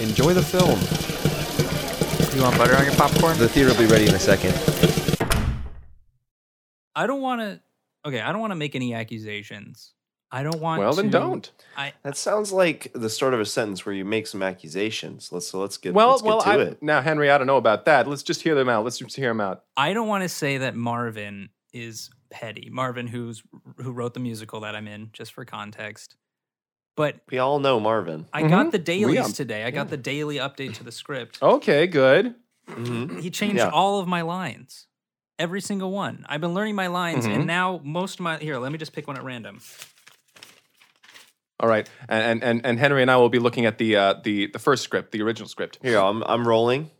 Enjoy the film. You want butter on your popcorn? The theater will be ready in a second. I don't want to. Okay, I don't want to make any accusations. I don't want. Well, then to- don't. I That sounds like the start of a sentence where you make some accusations. Let's so let's get Well, let's get well, to I, it. now Henry, I don't know about that. Let's just hear them out. Let's just hear them out. I don't want to say that Marvin is petty. Marvin, who's who wrote the musical that I'm in, just for context. But We all know Marvin. I Mhm. got the dailies um, today. I got the daily update to the script. Okay, good. Mhm. He changed Yeah. all of my lines. Every single one. I've been learning my lines, Mm-hmm. and now most of my here. Let me just pick one at random. All right, and and and Henry and I will be looking at the uh, the the first script, the original script. Here, I'm I'm rolling.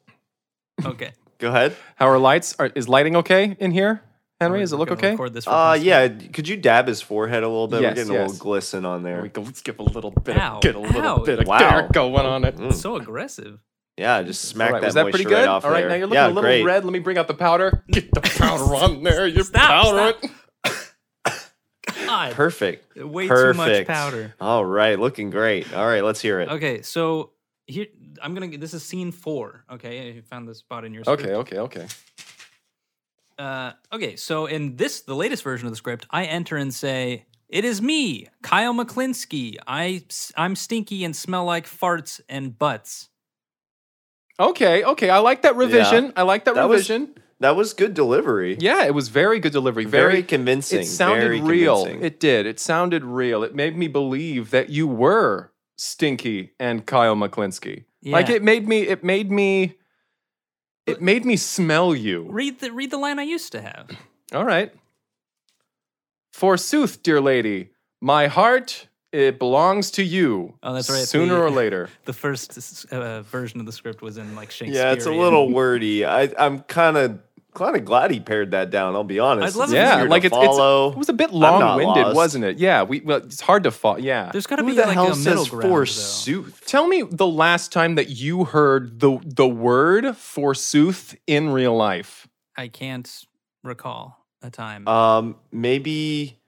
Okay, Go ahead. How are lights? Are, is lighting okay in here, Henry? Does it look Gonna okay? Record this. For Uh posterity. yeah, could you dab his forehead a little bit? Yes, We're getting a yes. little glisten on There we there. go. Let's give a little bit, of- Ow, get a little ow. bit of Wow. dirt going on it. Mm. So aggressive. Yeah, just smack All right, that was that moisture pretty good? right off All right, there. now you're looking yeah, a little great. red. Let me bring out the powder. Get the powder on there. You Stop, powder stop. it. God, Perfect. way too much Perfect. powder. All right, looking great. All right, let's hear it. Okay, so here I'm gonna. This is scene four. Okay, you found the spot in your script. Okay, okay, okay. Uh, okay, so in this, the latest version of the script, I enter and say, "It is me, Kyle McClinsky. I I'm stinky and smell like farts and butts." Okay, okay. I like that revision. I like that, That was- revision. That was good delivery. yeah, it was very good delivery. very, Very, convincing. it sounded very real. convincing. It did. It sounded real. It made me believe that you were Stinky and Kyle McClinsky. Like Yeah. it made me it made me it made me smell you. Read the read the line I used to have. All right. Forsooth, dear lady, my heart it belongs to you. Oh, that's right, Sooner the- or later. The first uh, version of the script was in like Shakespeare. yeah, it's a little wordy. I, I'm kind of kind of glad he pared that down. I'll be honest. I'd love It's it if yeah, easier to like it's, it's follow. it was a bit not long-winded, lost. wasn't it? Yeah, we well, it's hard to follow. Yeah. There's got to Who be the like hell a middle says ground. though. forsooth? Tell me the last time that you heard the the word forsooth in real life. I can't recall a time. Uh. Um, maybe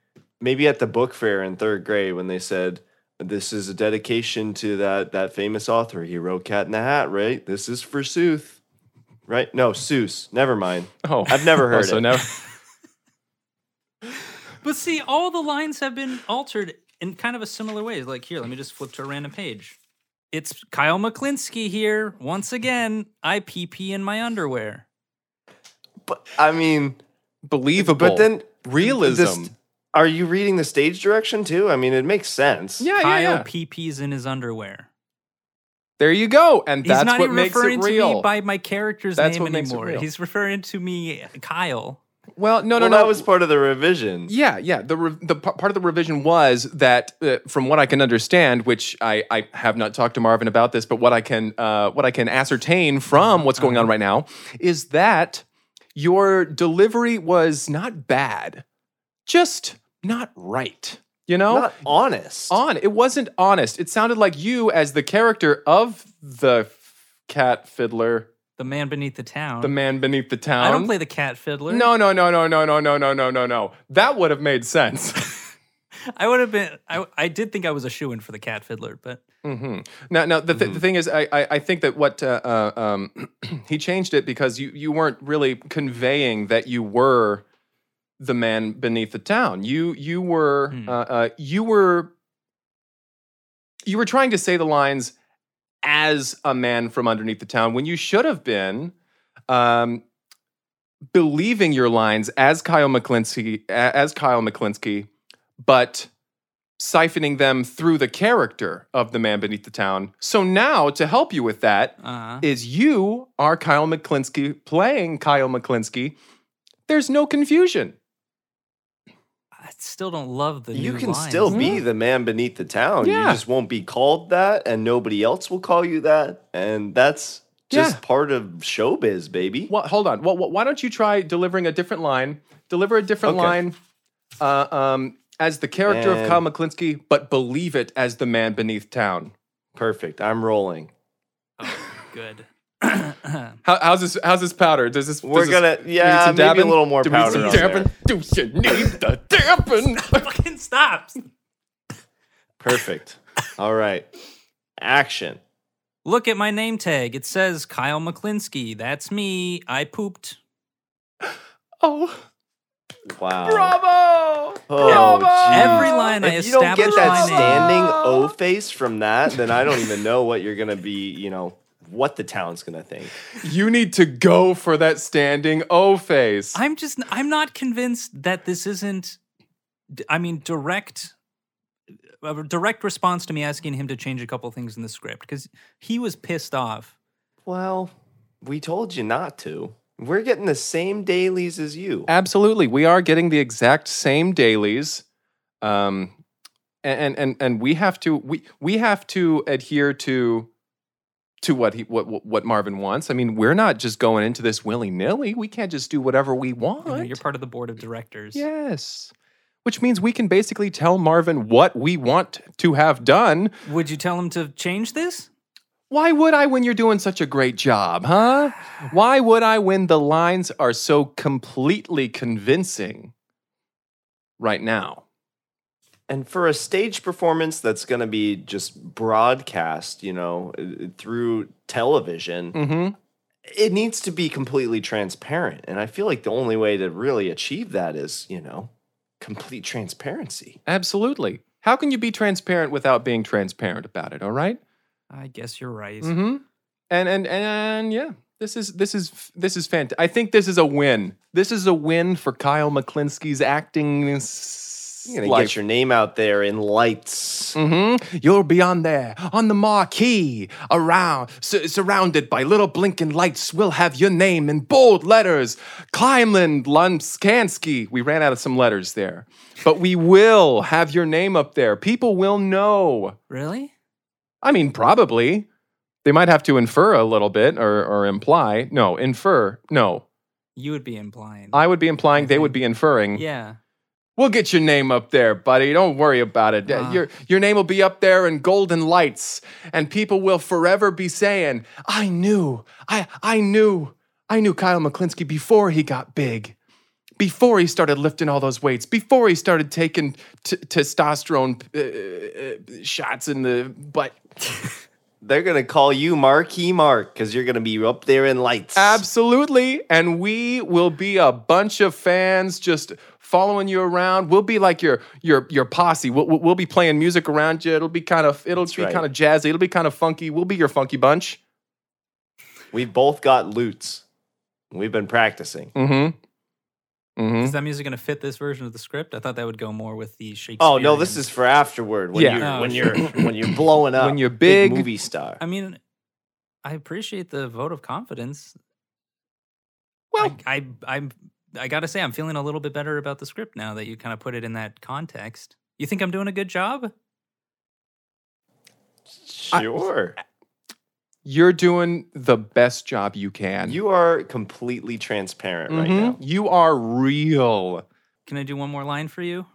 maybe at the book fair in third grade when they said this is a dedication to that that famous author. He wrote Cat in the Hat, right? This is for Sooth, right? No, Seuss. Never mind. Oh, I've never heard oh, so it. now- But see, all the lines have been altered in kind of a similar way. Like here, let me just flip to a random page. It's Kyle McClinsky here once again. I pee pee in my underwear. But I mean, believable. but then realism. this- are you reading the stage direction too? I mean, it makes sense. yeah, yeah, Kyle yeah. pee pees in his underwear. There you go, and He's that's not what even makes referring it to real. me by my character's That's what name makes it anymore. real. He's referring to me, Kyle. well, No, no, no, no, no. that was part of the revision. yeah, yeah. The re- the p- part of the revision was that, uh, from what I can understand, which I, I have not talked to Marvin about this, but what I can uh, what I can ascertain from what's going Uh-huh. on right now is that your delivery was not bad, just not right. You know, Not honest. on. It wasn't honest. It sounded like you, as the character of the f- cat fiddler, The man beneath the town. Uh-huh. the man beneath the town. I don't play the cat fiddler. No, no, no, no, no, no, no, no, no, no, no. That would have made sense. I would have been. I, I did think I was a shoo in for the cat fiddler, but hmm Now, now the, th- the thing is, I, I, I think that what uh, uh, um, he changed it because you, you weren't really conveying that you were the man beneath the town. You you were Hmm. uh, uh, you were you were trying to say the lines as a man from underneath the town when you should have been. Um, believing your lines as Kyle McClinsky, a- as Kyle McClinsky, but siphoning them through the character of the man beneath the town. So now, to help you with that, uh, is you are Kyle McClinsky playing Kyle McClinsky. There's no confusion. I still don't love the you new can lines. still be the man beneath the town. You Mm-hmm. Yeah. just won't be called that, and nobody else will call you that. And that's just Yeah. part of showbiz, baby. Well, hold on. Well, why don't you try delivering a different line? Deliver a different Okay. line uh, um, as the character of And- Kyle McClinsky, but believe it as the man beneath town. Perfect. I'm rolling. good. How, how's this? How's this powder? Does this? We're does this- gonna, do we need yeah, some maybe a dabbing? little more Do we need powder. some on dabbing? there. Do you need the dabbing? Fucking stops. Perfect. All right. Action. Look at my name tag. It says Kyle McClinsky. That's me. I pooped. Oh, Wow. bravo! Oh, Bravo! geez. Every line I if you don't get established that my name. standing O face from that, then I don't even know what you're gonna be. You know what the town's gonna think. You need to go for that standing O face. I'm just I'm not convinced that this isn't d- I mean direct a direct response to me asking him to change a couple things in the script cuz he was pissed off. Well, we told you not to. We're getting the same dailies as you. Absolutely, we are getting the exact same dailies, um, and and and we have to we we have to adhere to to what he what what- what Marvin wants. I mean, we're not just going into this willy nilly. We can't just do whatever we want. You know, you're part of the board of directors. Yes. Which means we can basically tell Marvin what we want to have done. Would you tell him to change this? Why would I when you're doing such a great job, huh? Why would I when the lines are so completely convincing right now? And for a stage performance that's gonna be just broadcast, you know, uh, through television, Mm-hmm. it needs to be completely transparent. And I feel like the only way to really achieve that is, you know, complete transparency. Absolutely. How can you be transparent without being transparent about it, all right? I guess you're right. Mm. Mm-hmm. And and and yeah, this is this is this is fantastic. I think this is a win. This is a win for Kyle McClinsky's acting. You're gonna life. get your name out there in lights. Mm-hmm. You'll be on there, on the marquee, around, su- surrounded by little blinking lights. We'll have your name in bold letters. Kleinland Lunskanski. We ran out of some letters there. But we will have your name up there. People will know. Really? I mean, probably. They might have to infer a little bit or, or imply. No, infer. No. You would be implying. I would be implying, they would be inferring. yeah. We'll get your name up there, buddy. Don't worry about it. Uh. your your name will be up there in golden lights, and people will forever be saying, "I knew, I I knew, I knew Kyle McClinsky before he got big, before he started lifting all those weights, before he started taking t- testosterone uh, uh, shots in the butt." They're gonna call you Marquee Mark because you're gonna be up there in lights. Absolutely, and we will be a bunch of fans just following you around. We'll be like your your your posse. We'll, we'll we'll be playing music around you. It'll be kind of it'll be right. kind of jazzy. It'll be kind of funky. We'll be your funky bunch. We've both got loots. We've been practicing. Mm-hmm. Is Mm-hmm. that music going to fit this version of the script? I thought that would go more with the Shakespeare. Oh no, this is for afterward when Yeah. you're Oh, when you're when you're blowing up When you're big. movie star. I mean, I appreciate the vote of confidence. Well, I, I, I'm, I gotta say, I'm feeling a little bit better about the script now that you kind of put it in that context. You think I'm doing a good job? I- Sure. you're doing the best job you can. you are completely transparent right Mhm. now. You are real. Can I do one more line for you?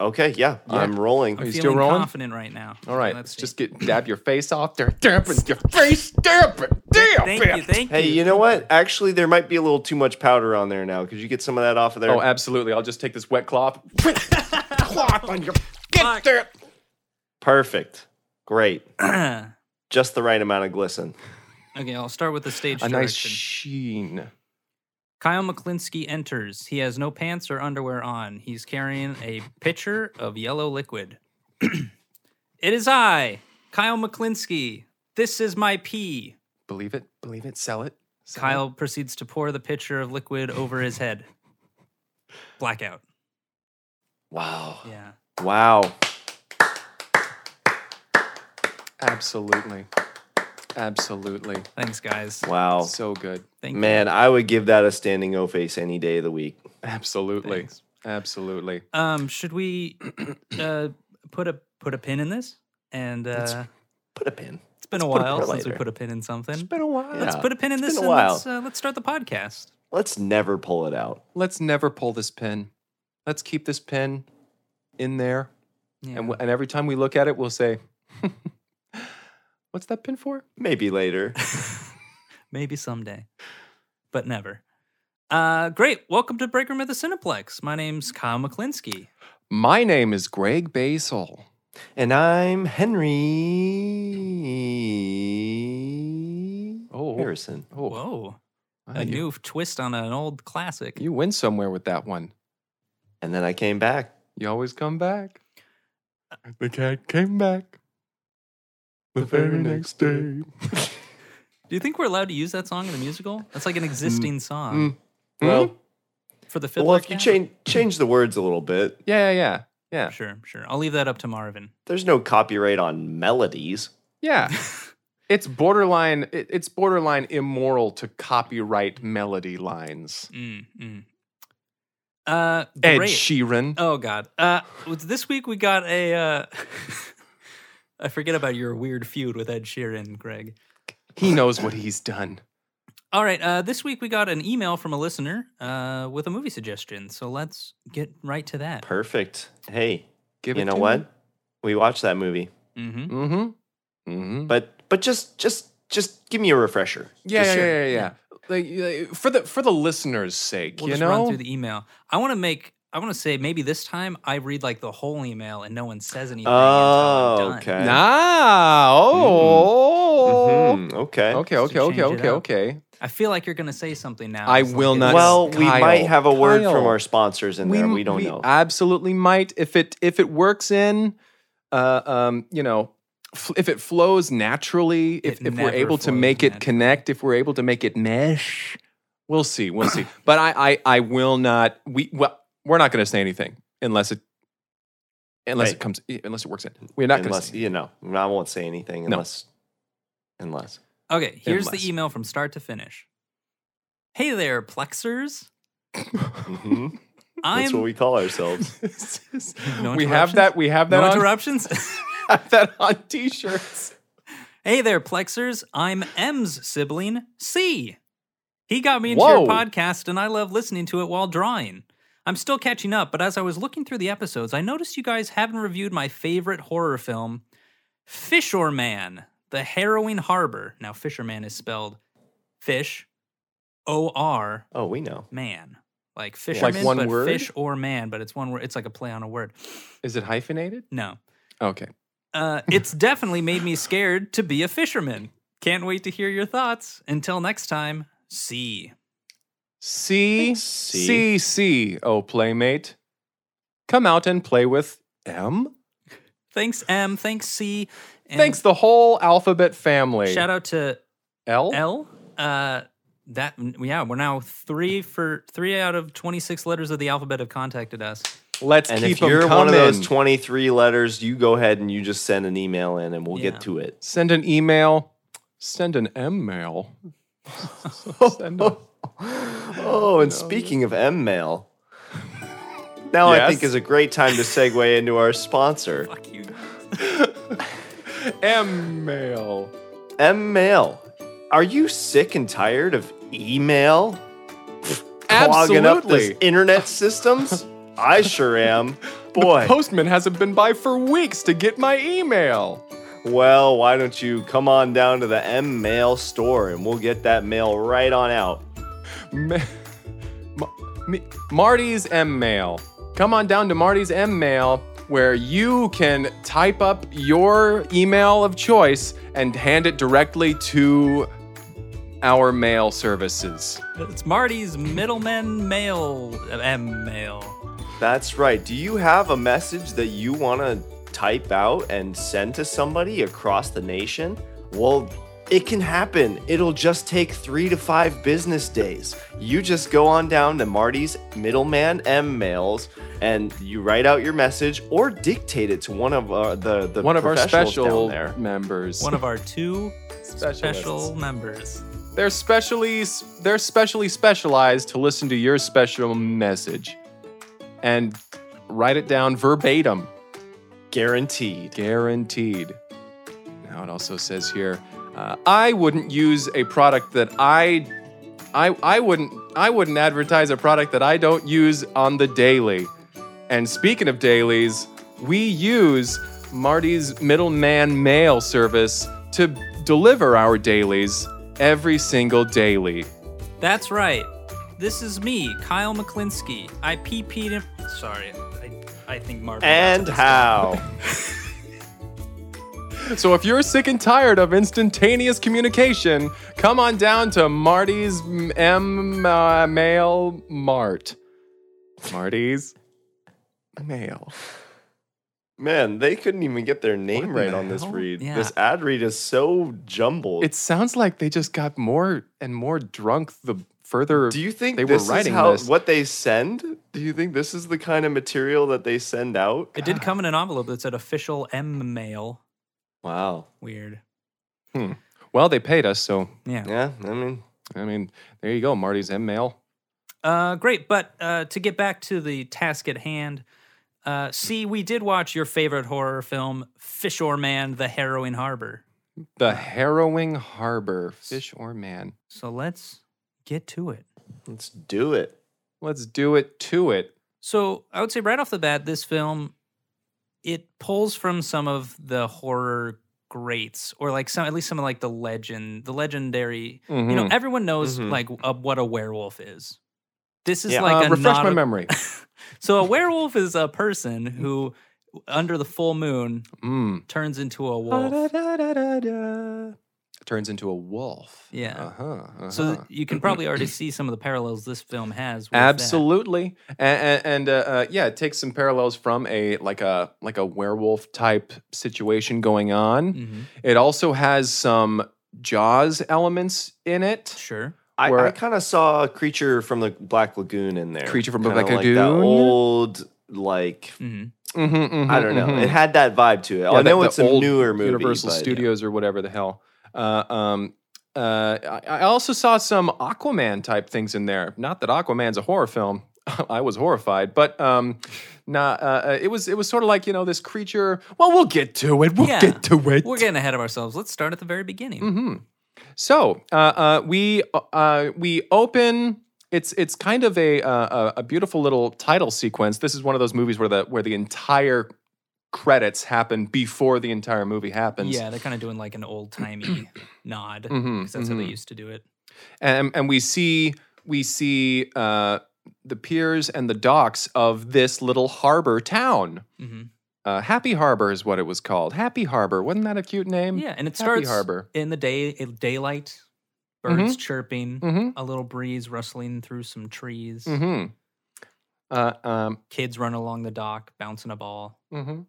Okay, yeah, Yeah. I'm rolling. Are I'm you feeling still rolling? confident right now. All right, Let's just see. get dab your face off there. Damp it, your face, damp it, damp Thank it. you, thank Hey, you. you know what? Actually, there might be a little too much powder on there now. Could you get some of that off of there? Oh, absolutely. I'll just take this wet cloth. cloth on your get Fuck. there. Perfect. Great. okay, Just the right amount of glisten. I'll start with the stage A direction. nice sheen. Kyle McClinsky enters. He has no pants or underwear on. He's carrying a pitcher of yellow liquid. it is I, Kyle McClinsky. This is my pee. Believe it, believe it, sell it. sell it. Kyle proceeds to pour the pitcher of liquid over his head. Blackout. Wow. Yeah. Wow. Absolutely. Absolutely. Thanks, guys. Wow. So good. Thank you. Man, I would give that a standing O face any day of the week. Absolutely. Thanks. Absolutely. Um, should we uh, put a put a pin in this? And uh, Put a pin. it's been a let's put a while pin since we later. put a pin in something. It's been a while. Yeah. let's put a pin in it's this been and a let's uh, let's start the podcast. Let's never pull it out. Let's never pull this pin. Let's keep this pin in there. Yeah. And, w- and every time we look at it, we'll say, What's that pin for? Maybe later. Maybe someday, but never. Uh, great. Welcome to Break Room at the Cineplex. My name's Kyle McClinsky. My name is Greg Basil. and I'm Henry. comparison. Oh, Whoa. wow, A you, new twist on an old classic. you went somewhere with that one. And then I came back. You always come back. Uh, The cat came back the very next day. Do you think we're allowed to use that song in a musical? That's like an existing song mm. Hmm? Well, for the fiddler. well, if you Cat? change change the words a little bit, Yeah, yeah, yeah. Yeah. Sure, sure. I'll leave that up to Marvin. there's no copyright on melodies. Yeah. It's borderline it- it's borderline immoral to copyright melody lines. Mm, mm. Uh, Ed great. Sheeran. Oh God! Uh, was- this week we got a. Uh, I forget about your weird feud with Ed Sheeran, Greg. He knows what he's done. All right, uh, this week we got an email from a listener uh, with a movie suggestion, so let's get right to that. Perfect. Hey, Give you it know to what? We watched that movie, hmm Mhm. Mhm. but but just just just give me a refresher. Yeah, Just- yeah, yeah, yeah, yeah. Like, uh, for the for the listeners' sake, We'll you just know. run through the email. I want to make. I want to say maybe this time I read like the whole email and no one says anything. until Oh, I'm done. okay. Nah. Oh. Mhm, Okay. Okay, Mm-hmm. Just okay, to okay, change it okay, up. okay. I feel like you're gonna say something now. I It's will it's- not- Well, we Kyle. might have a word from Kyle. our sponsors in there. m- We don't know. Absolutely might if it if it works in, uh, um, you know, f- if it flows naturally, if, It if we're never able to flows make it naturally. connect, if we're able to make it mesh, we'll see, we'll see. But I I, I will not. We well, we're not going to say anything unless it unless Right. it comes eh, unless it works in. We're not going to unless say. you know, I won't say anything unless unless. Okay, here's Unless. the email from start to finish. Hey there, plexers. Mm-hmm. Mhm. That's what I'm we call ourselves. This is- No we have that. We have that no on. interruptions. Have that on T-shirts. hey there, plexers. I'm M's sibling, C. He got me into Whoa. your podcast, and I love listening to it while drawing. I'm still catching up, but as I was looking through the episodes, I noticed you guys haven't reviewed my favorite horror film, Fisherman, The Harrowing Harbor. Now, Fisherman is spelled fish, O R Oh, we know. man. Like fisherman, one but word? fish or man, but it's one word. It's like a play on a word. Is it hyphenated? No. Okay. Uh, it's definitely made me scared to be a fisherman. Can't wait to hear your thoughts. Until next time, see. C C. C C. Oh, playmate, come out and play with M. Thanks, M. Thanks, C. And Thanks the whole alphabet family. Shout out to L. L. Uh, that yeah, we're now three for three out of twenty six letters of the alphabet have contacted us. Let's And keep if you're them coming. one of those 23 letters, you go ahead and you just send an email in and we'll Yeah. get to it. Send an email. Send an M mail. Send a- Oh, and speaking of M mail, now I think Yes? is a great time to segue into our sponsor. Fuck you. M mail. M mail. Are you sick and tired of email? Clogging up Absolutely. the internet systems? I sure am. Boy, Postman hasn't been by for weeks to get my email. well, why don't you come on down to the M mail store and we'll get that mail right on out. Ma- Ma- Mi- Marty's M Mail. Come on down to Marty's M Mail where you can type up your email of choice and hand it directly to our mail services. It's Marty's middleman mail uh, M mail. That's right. Do you have a message that you want to type out and send to somebody across the nation? Well, it can happen. It'll just take three to five business days. You just go on down to Marty's middleman M mails and you write out your message or dictate it to one of uh, the the One of our professionals down special there. members. One of our two Specialists. special members. they're specially they're specially specialized to listen to your special message and write it down verbatim. Guaranteed. Guaranteed. Now it also says here, uh, I wouldn't use a product that I, I, I wouldn't, I wouldn't advertise a product that I don't use on the daily. And speaking of dailies, we use Marty's middleman mail service to deliver our dailies every single daily. That's right. This is me, Kyle McClinsky. I PP'd him. Sorry, I, I think Marvin. got And to this how? So if you're sick and tired of instantaneous communication, come on down to Marty's M uh, Mail Mart. Marty's Mail. Man, they couldn't even get their name What right the on this hell? read. Yeah. This ad read is so jumbled. It sounds like they just got more and more drunk the further. Do you think they were this writing is how, this? what they send? Do you think this is the kind of material that they send out? It did come in an envelope that said official M mail. Wow. Weird. well, they paid us, so Yeah. Yeah, I mean, I mean, there you go, Marty's M Mail. Uh, great. But uh, to get back to the task at hand, uh, see, we did watch your favorite horror film, Fisherman, The Harrowing Harbor. The harrowing harbor, fish or man. So let's get to it. let's do it. Let's do it to it. So I would say right off the bat, this film it pulls from some of the horror greats, or like some at least some of like the legend, the legendary. You know, Mhm. everyone knows Mhm. like uh, what a werewolf is. This is Yeah. like Uh, a refresh not my Mm-hmm. a- memory. So a werewolf is a person who, under the full moon, Mm. turns into a wolf. It Turns into a wolf. Yeah. Uh huh. So you can probably already see some of the parallels this film has. With that. absolutely, and, and uh, uh, yeah, it takes some parallels from a like a like a werewolf type situation going on. Mhm. It also has some Jaws elements in it. Sure. I, Where- I kind of saw a creature from the Black Lagoon in there. Creature from the Kinda Black like that Lagoon? old, like hmm Mm-hmm, I don't know. It had that vibe to it. Yeah, I know the- it's the a old newer movie. Universal but- Studios or whatever the hell. Uh, um, uh, I, I also saw some Aquaman type things in there. Not that Aquaman's a horror film. I was horrified, but um, nah, uh, uh, it was it was sort of like you know this creature. Well, we'll get to it. We'll Yeah. get to it. We're getting ahead of ourselves. Let's start at the very beginning. hmm So uh, uh, we uh, uh, we open. It's it's kind of a, uh, a a beautiful little title sequence. This is one of those movies where the where the entire credits happen before the entire movie happens. Yeah, they're kind of doing like an old timey nod because Mhm, that's how mhm. they used to do it. and and we see we see uh, the piers and the docks of this little harbor town. hmm Uh, Happy Harbor is what it was called. Happy Harbor wasn't that a cute name? Yeah, and it Happy starts Harbor. in the day in daylight, birds chirping, Mm-hmm. a little breeze rustling through some trees, Mm-hmm. Uh, um, kids run along the dock bouncing a ball. mhm.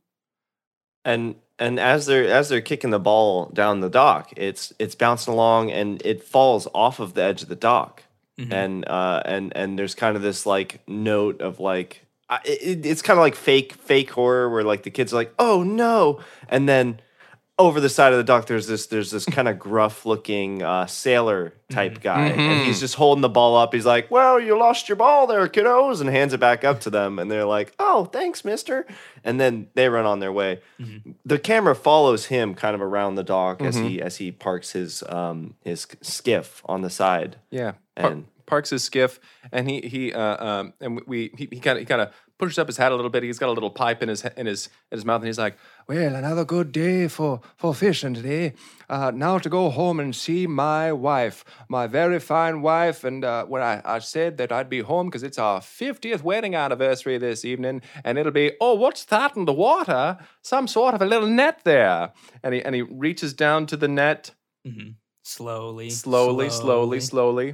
And and as they're as they're kicking the ball down the dock, it's it's bouncing along and it falls off of the edge of the dock. Mhm. And uh and and there's kind of this like note of like I- it, it's kind of like fake fake horror where like the kids are like oh no and then over the side of the dock there's this there's this kind of gruff looking uh, sailor type guy and he's just holding the ball up he's like well you lost your ball there kiddos and hands it back up to them and they're like oh thanks mister and then they run on their way the camera follows him kind of around the dock as he as he parks his um his skiff on the side Yeah. Par- And- parks his skiff, and he he uh, um, and we he kind of he kind of pushes up his hat a little bit. He's got a little pipe in his he- in his in his mouth, and he's like, "Well, another good day for for fishing today. Uh, now to go home and see my wife, my very fine wife. And uh, when I, I said that I'd be home because it's our fiftieth wedding anniversary this evening, and it'll be oh, what's that in the water? Some sort of a little net there." And he and he reaches down to the net Mhm. Slowly, slowly, slowly, slowly,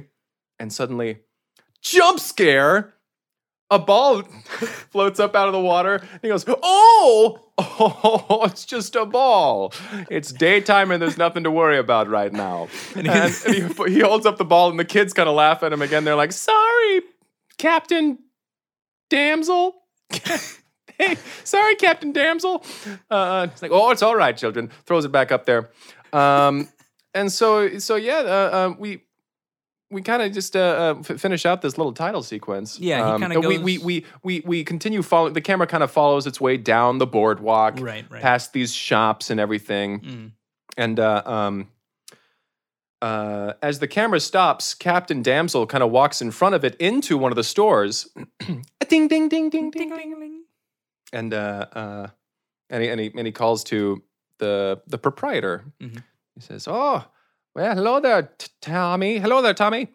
and suddenly, jump scare! A ball floats up out of the water. And he goes, "Oh, oh, it's just a ball. It's daytime, and there's nothing to worry about right now." And, and he, he holds up the ball, and the kids kind of laugh at him again. They're like, "Sorry, Captain Damsel." hey, sorry, Captain Damsel. Uh, it's like, oh, it's all right, children. Throws it back up there. Um, and so, so yeah, uh, uh, we we kind of just uh, uh, f- finish out this little title sequence. Yeah, he Um, kinda We, we goes- we we we continue following. The camera kind of follows its way down the boardwalk, Right, right. past these shops and everything. Mm. And uh, um, uh, as the camera stops, Captain Damsel kind of walks in front of it into one of the stores. ding, ding, ding, ding, ding, ding, and uh, uh, and he, and he and he calls to the the proprietor. Mhm. He says, "Oh, well, hello there, T- Tommy. Hello there, Tommy.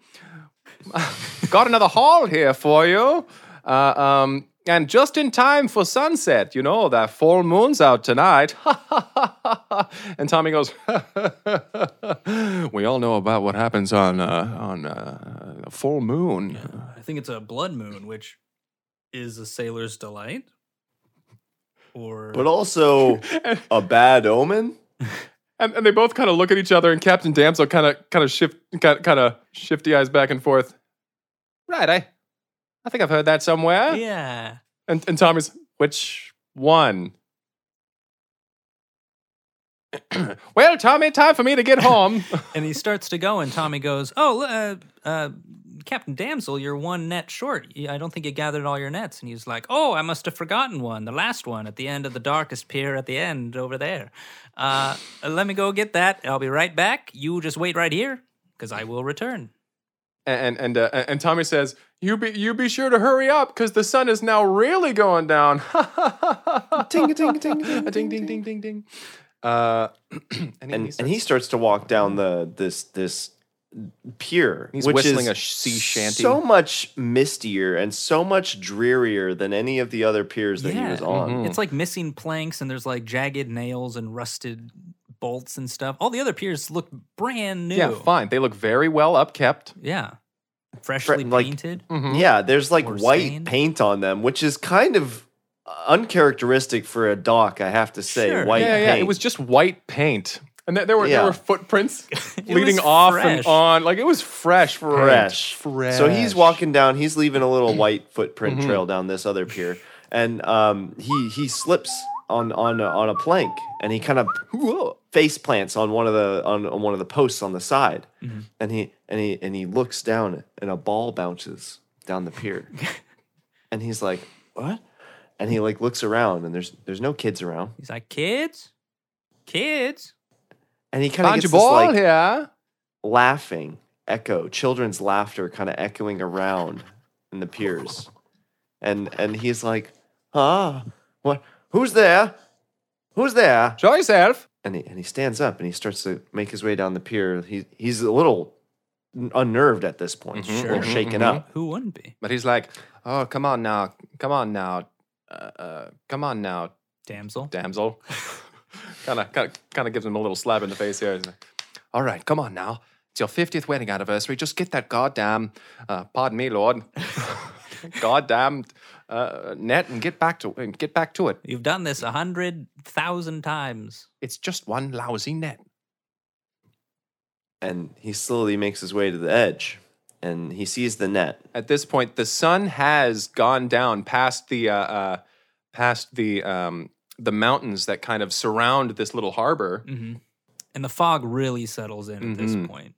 Got another haul here for you. Uh, um, And just in time for sunset, you know, that full moon's out tonight. and Tommy goes, We all know about what happens on uh, on uh, a full moon. I think it's a blood moon, which is a sailor's delight. Or But also And, a bad omen? and, and they both kind of look at each other, and Captain Damsel kind of kind of shift kind of shifty eyes back and forth. Right, I, I think I've heard that somewhere. yeah, And and Tommy's which one? well, Tommy, time for me to get home. and he starts to go, and Tommy goes, "Oh, uh, uh, Captain Damsel, you're one net short. Y- I don't think you gathered all your nets." And he's like, "Oh, I must have forgotten one, the last one at the end of the darkest pier at the end over there. Uh, let me go get that. I'll be right back. You just wait right here, because I will return." and and uh, and Tommy says, "You be you be sure to hurry up because the sun is now really going down." Ting, ting, ting, ding ding ding ding ding. Uh, and, he- And he and he starts- starts to walk down the this this pier. He's which whistling is a sea shanty. So much mistier and so much drearier than any of the other piers that he Yeah. mm-hmm. was on. Mm-hmm. Mhm. It's like missing planks and there's like jagged nails and rusted bolts and stuff. All the other piers look brand new. yeah, fine. They look very well upkept. Yeah. Freshly like- mm. painted. Mhm. Yeah, there's like Or white stained. paint on them, which is kind of uncharacteristic for a dock, I have to say. Sure. White yeah, yeah. paint. It was just white paint, and th- there were there Yeah. were footprints It leading was off fresh. and on. Like it was fresh, paint. fresh. fresh. So he's walking down. He's leaving a little white footprint Mhm. trail down this other pier, and um, he he slips on on a, on a plank, and he kind of face plants on one of the on, on one of the posts on the side, Mm-hmm. Mhm. and he and he and he looks down, and a ball bounces down the pier, and he's like, "What?" And he like looks around, and there's there's no kids around, He's like, kids, kids. and he kind of Found gets your this ball like here. laughing echo, children's laughter kind of echoing around in the piers. And and he's like, ah, what who's there? Who's there? Show yourself. And he and he stands up and he starts to make his way down the pier. He he's a little unnerved at this point, Mhm, a little sure. shaken mhm, up. Who wouldn't be? But he's like, "Oh, come on now, come on now, uh, uh, come on now, Damsel. damsel." Kind of, kind of, kind of gives him a little slap in the face here. He's like, All right, come on now. It's your fiftieth wedding anniversary. Just get that goddamn, uh, pardon me, Lord, goddamn uh, net and get back to and get back to it. You've done this a hundred thousand times. It's just one lousy net. And he slowly makes his way to the edge and he sees the net. At this point, the sun has gone down past the uh, uh, past the um, the mountains that kind of surround this little harbor. hmm And the fog really settles in at this Mhm. point.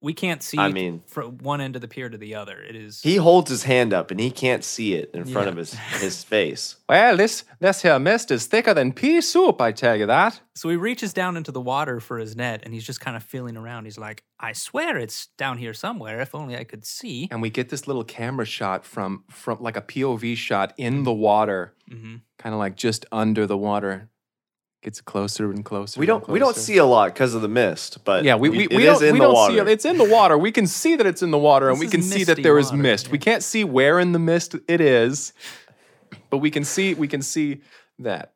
We can't see Mm-hmm. I mean- from one end of the pier to the other. It is He holds his hand up and he can't see it in front Yeah. of his his face. Well, this this here mist is thicker than pea soup, I tell you that. So he reaches down into the water for his net and he's just kind of feeling around. He's like, I swear it's down here somewhere. If only I could see. And we get this little camera shot from from like a POV shot in the water, hmm kind of like just under the water. Gets closer and closer. We and don't we don't closer. see a lot because of the mist, but Yeah, we, we, it we is don't, in we the don't water. see it. It's in the water. We can see that it's in the water and This we is can see misty that there is water, mist. We yeah. can't see where in the mist it is, but we can see we can see that.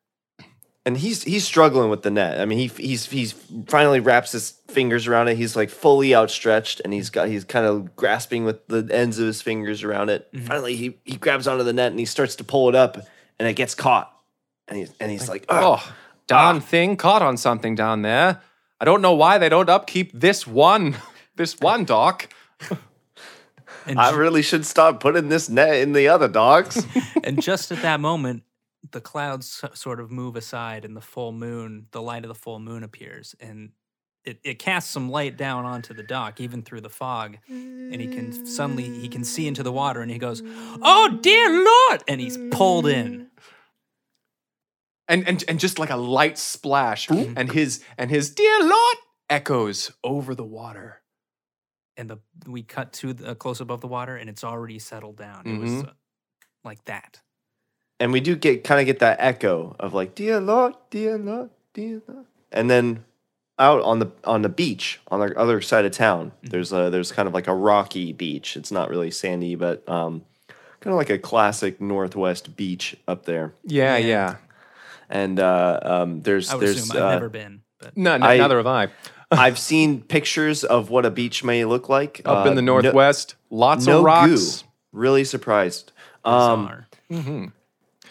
and he's he's struggling with the net. I mean, he he's he's finally wraps his fingers around it. He's like fully outstretched, and he's got he's kind of grasping with the ends of his fingers around it. Finally, he he grabs onto the net and he starts to pull it up, and it gets caught. And he's and he's like, oh, Oh, darn thing caught on something down there. I don't know why they don't upkeep this one this one dock. And, oh, I ju- really should stop putting this net in the other dogs. and just at that moment, the clouds s- sort of move aside and the full moon, the light of the full moon appears and it, it casts some light down onto the dock, even through the fog. And he can suddenly he can see into the water and he goes, Oh dear Lord! And he's pulled Mm. in. and and and just like a light splash and his and his dear lord echoes over the water and the we cut to the uh, close above the water and it's already settled down. It was Mm-hmm. uh, like that. and we do get kind of get that echo of like dear lord dear lord dear lord and then out on the on the beach on the other Mm-hmm. side of town there's a there's kind of like a rocky beach it's not really sandy but um kind of like a classic Northwest beach up there. Yeah, Yeah. yeah. And uh, um, there's I would there's assume I've uh, never been, but No, no I- neither have I. I've seen pictures of what a beach may look like Up Uh, in the no- northwest, lots no of rocks. goo. Really surprised. Um, bizarre.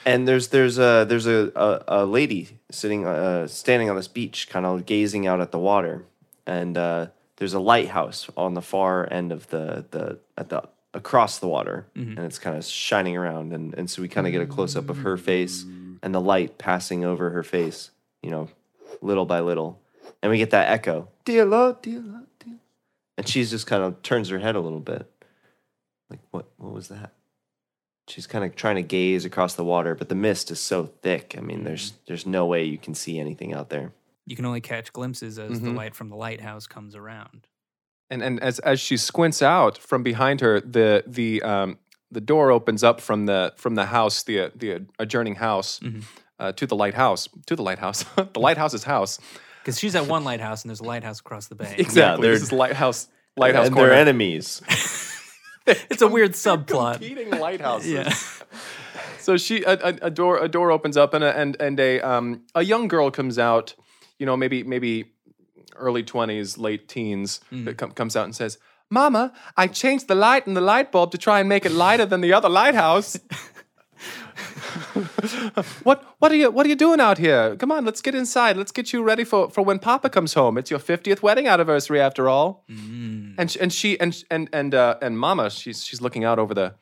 and there's there's a there's a a, a lady sitting uh, standing on this beach, kind of gazing out at the water, and uh, there's a lighthouse on the far end of the the at the across the water, and it's kind of shining around, and and so we kind of get a close up of her face and the light passing over her face, you know, little by little, and we get that echo, dear Lord, dear Lord, dear, Lord." and she's just kind of turns her head a little bit, like what what was that? she's kind of trying to gaze across the water, but the mist is so thick. I mean, there's Mm-hmm. there's no way you can see anything out there. you can only catch glimpses as the mm-hmm. Mhm. light from the lighthouse comes around. And and as as she squints out from behind her, the the um the door opens up from the from the house, the uh, the adjourning house, Mm-hmm. Mhm. uh, to the lighthouse, to the lighthouse, the lighthouse's house. Because she's at one lighthouse and there's a lighthouse across the bay. Exactly. they're- this is lighthouse lighthouse and corner. they're enemies. It's a weird subplot. Competing lighthouses. Yeah. So she a, a, a door a door opens up and a, and and a um a young girl comes out, you know maybe maybe early twenties late teens that com- comes out and says, "Mama, I changed the light in the light bulb to try and make it lighter than the other lighthouse." what what are you what are you doing out here? Come on, let's get inside. Let's get you ready for for when Papa comes home. It's your fiftieth wedding anniversary after all. Mm. And sh- and she and sh- and and uh, and Mama, she's she's looking out over the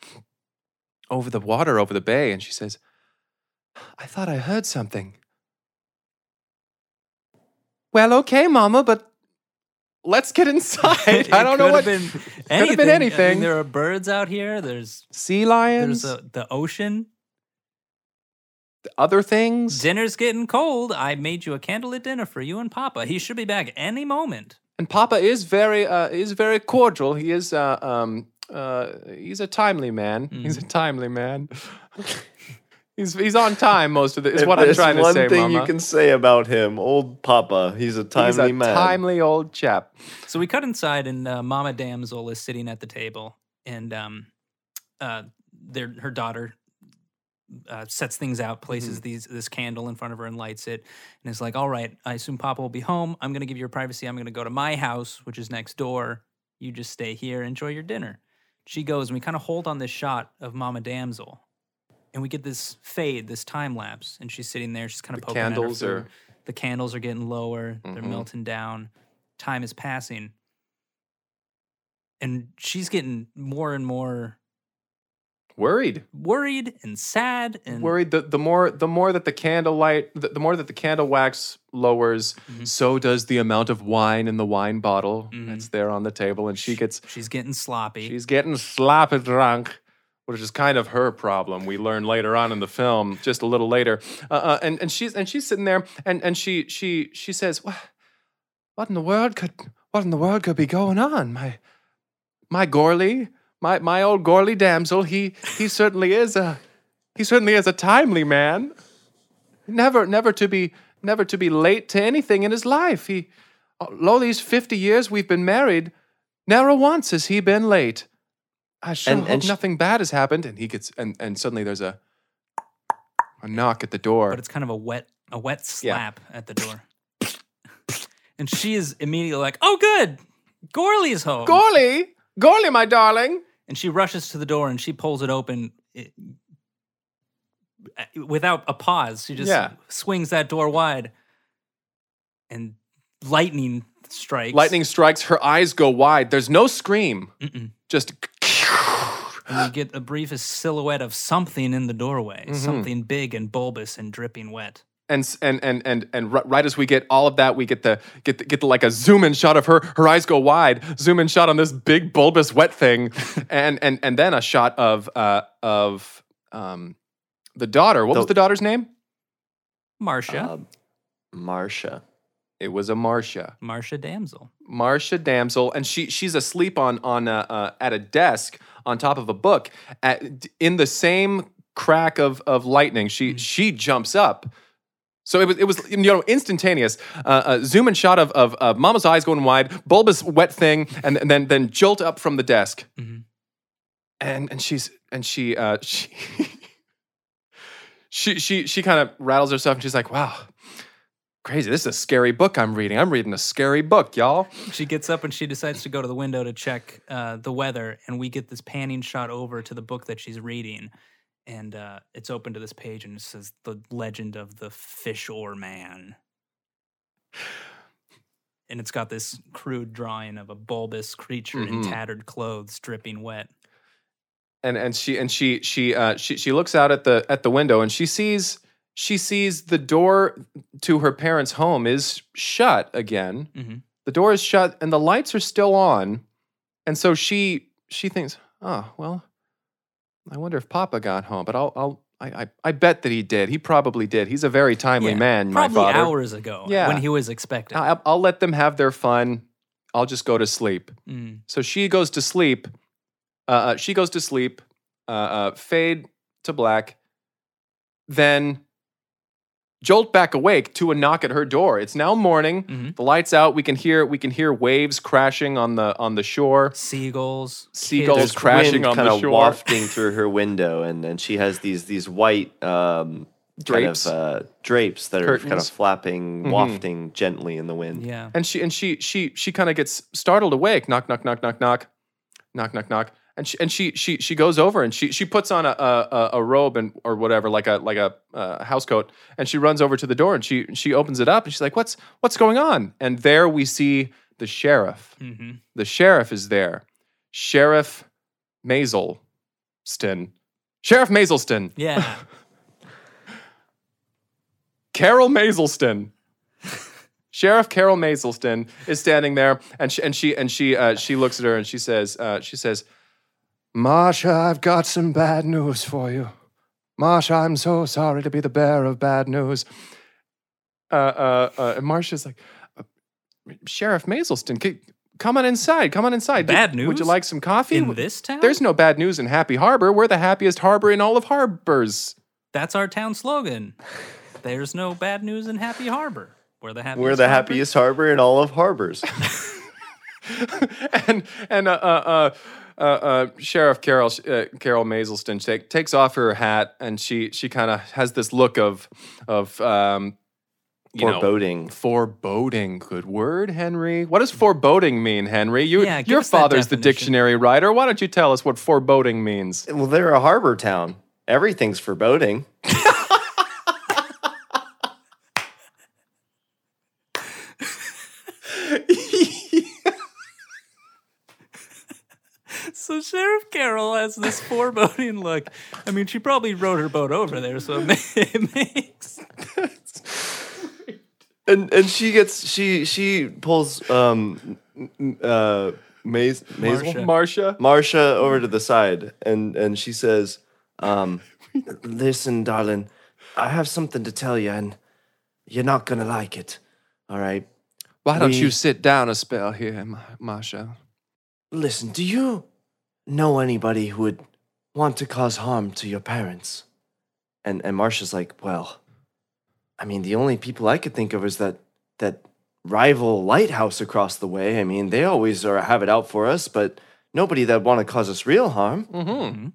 over the water over the bay, and she says, "I thought I heard something." Well, okay, Mama, but let's get inside. I don't know what Been been anything. I mean, anything. there are birds out here. There's sea lions, there's a, the ocean. other things, Dinner's getting cold. I made you a candlelit dinner for you and Papa. He should be back any moment. and Papa is very uh, is very cordial. He is uh, um uh, he's a timely man. He's a Mm-hmm. timely man. he's he's on time most of the. Is If what I'm there's trying to one say, thing Mama. you can say about him, old Papa. He's a timely he's a man. timely old chap. So we cut inside, and uh, Mama Damsel is sitting at the table, and um, uh, their her daughter uh, sets things out, Mm-hmm. places these this candle in front of her, and lights it, and is like, "All right, I assume Papa will be home. I'm gonna give you your privacy. I'm gonna go to my house, which is next door. You just stay here, enjoy your dinner." She goes, and we kind of hold on this shot of Mama Damsel, and we get this fade, this time lapse, and she's sitting there. She's kind of The poking at her candles are- food. the candles are getting lower. They're Mm-hmm. melting down. Time is passing and she's getting more and more Worried. worried and sad and worried that the more the more that the candle light the, the more that the candle wax lowers Mm-hmm. so does the amount of wine in the wine bottle that's there on the table and she gets she's getting sloppy. she's getting sloppy drunk which is kind of her problem we learn later on in the film just a little later uh, uh, and and she's and she's sitting there and and she she she says what what in the world could what in the world could be going on my my Gorley, my my old Gorley damsel, he he certainly is a he certainly is a timely man. Never never to be never to be late to anything in his life. He lo these fifty years we've been married, never once has he been late. I sure And- hope and sh- nothing bad has happened. And he gets and and suddenly there's a a knock at the door. but it's kind of a wet a wet Yeah. slap at the door. and she is immediately like, "Oh good. Gorley's home." Gorley, Gorley, my darling. and she rushes to the door and she pulls it open it, without a pause. She just Yeah. swings that door wide and lightning strikes. Lightning strikes. Her eyes go wide. There's no scream. Mm-mm. Just and you get the briefest silhouette of something in the doorway, Mm-hmm. something big and bulbous and dripping wet. and s- and and and and ri- right as we get all of that, we get the get the, get the, like a zoom in shot of her. Her eyes go wide. Zoom in shot on this big bulbous wet thing, and and and then a shot of uh of um the daughter. What was The- the daughter's name? Marcia, Uh, Um, Marcia. It was a Marcia, Marcia Damsel. Marcia damsel, and she she's asleep on on a, uh, at a desk on top of a book at, d- in the same crack of of lightning. She she jumps up. So it was, it was you know instantaneous. Uh, uh, zoom and shot of, of of Mama's eyes going wide, bulbous wet thing, and, and then then jolt up from the desk, Mhm. and and she's and she uh, she she she she kind of rattles herself and she's like, "Wow, crazy! This is a scary book I'm reading. I'm reading a scary book, y'all." She gets up and she decides to go to the window to check uh, the weather, and we get this panning shot over to the book that she's reading, and uh, it's open to this page, and it says the legend of the fish or man, and it's got this crude drawing of a bulbous creature in Mhm. tattered clothes, dripping wet. And and she and she she uh, she she looks out at the at the window and she sees she sees the door to her parents' home is shut again. Mhm. The door is shut and the lights are still on, and so she she thinks, "Oh well, I wonder if Papa got home, but I'll I'll." I, I, I bet that he did. He probably did. He's a very timely Yeah, man, my Probably father. hours ago, Yeah. when he was expected. I'll, I'll let them have their fun. I'll just go to sleep. Mm. So she goes to sleep. Uh, uh, she goes to sleep. Uh, uh, fade to black. Then jolt back awake to a knock at her door. It's now morning. Mhm. Mm-hmm. The lights out. We can hear we can hear waves crashing on the on the shore. Seagulls, Seagulls kids- There's crashing wind on the kinda shore. wafting through her window, and then she has these these white um, Drapes. kind of, uh, drapes that are kind of Curtains. flapping, Mhm. wafting gently in the wind. Yeah, And she and she she she kind of gets startled awake. Knock knock knock knock knock, knock knock knock. And she and she she she goes over and she she puts on a a, a robe and or whatever like a like a uh, house coat and she runs over to the door and she she opens it up and she's like what's what's going on and there we see the sheriff. hmm The sheriff is there. Sheriff Mazelston. Sheriff Mazelston. yeah. Carol Mazelston. Sheriff Carol Mazelston is standing there, and she and she and she uh, she looks at her and she says uh, she says, "Marsha, I've got some bad news for you. Marsha, I'm so sorry to be the bearer of bad news." Uh, uh, uh, and Marsha's like, "Uh, "Sheriff Mazelston, c- come on inside. Come on inside. Bad Did- Would you news? like some coffee? in this town, There's no bad news in Happy Harbor. We're the happiest harbor in all of harbors." That's our town slogan. There's no bad news in Happy Harbor. We're the happiest. We're the harbor. happiest harbor in all of harbors. and and uh, uh, uh, uh, uh, Sheriff Carol uh, Carol Mazelston take, takes off her hat and she she kind of has this look of of um, you know, Foreboding. foreboding. Good word, Henry. What does foreboding mean, Henry? You Yeah, give your us that father's the definition. dictionary writer. Why don't you tell us what foreboding means? Well, they're a harbor town. Everything's foreboding. So Sheriff Carroll has this foreboding look. I mean, she probably rode her boat over there, so it, ma- it makes. and and she gets she she pulls um m- m- uh Maze Maisel Marsha. Marcia. Marsha over to the side and and she says um listen darling I have something to tell you and you're not going to like it all right Why don't We- you sit down a spell here, Ma- Marcia? listen do you know anybody who would want to cause harm to your parents and and Marsha's like well I mean the only people I could think of is that that rival lighthouse across the way. I mean, they always are have it out for us, but nobody that want to cause us real harm. Mm-hmm. Mhm.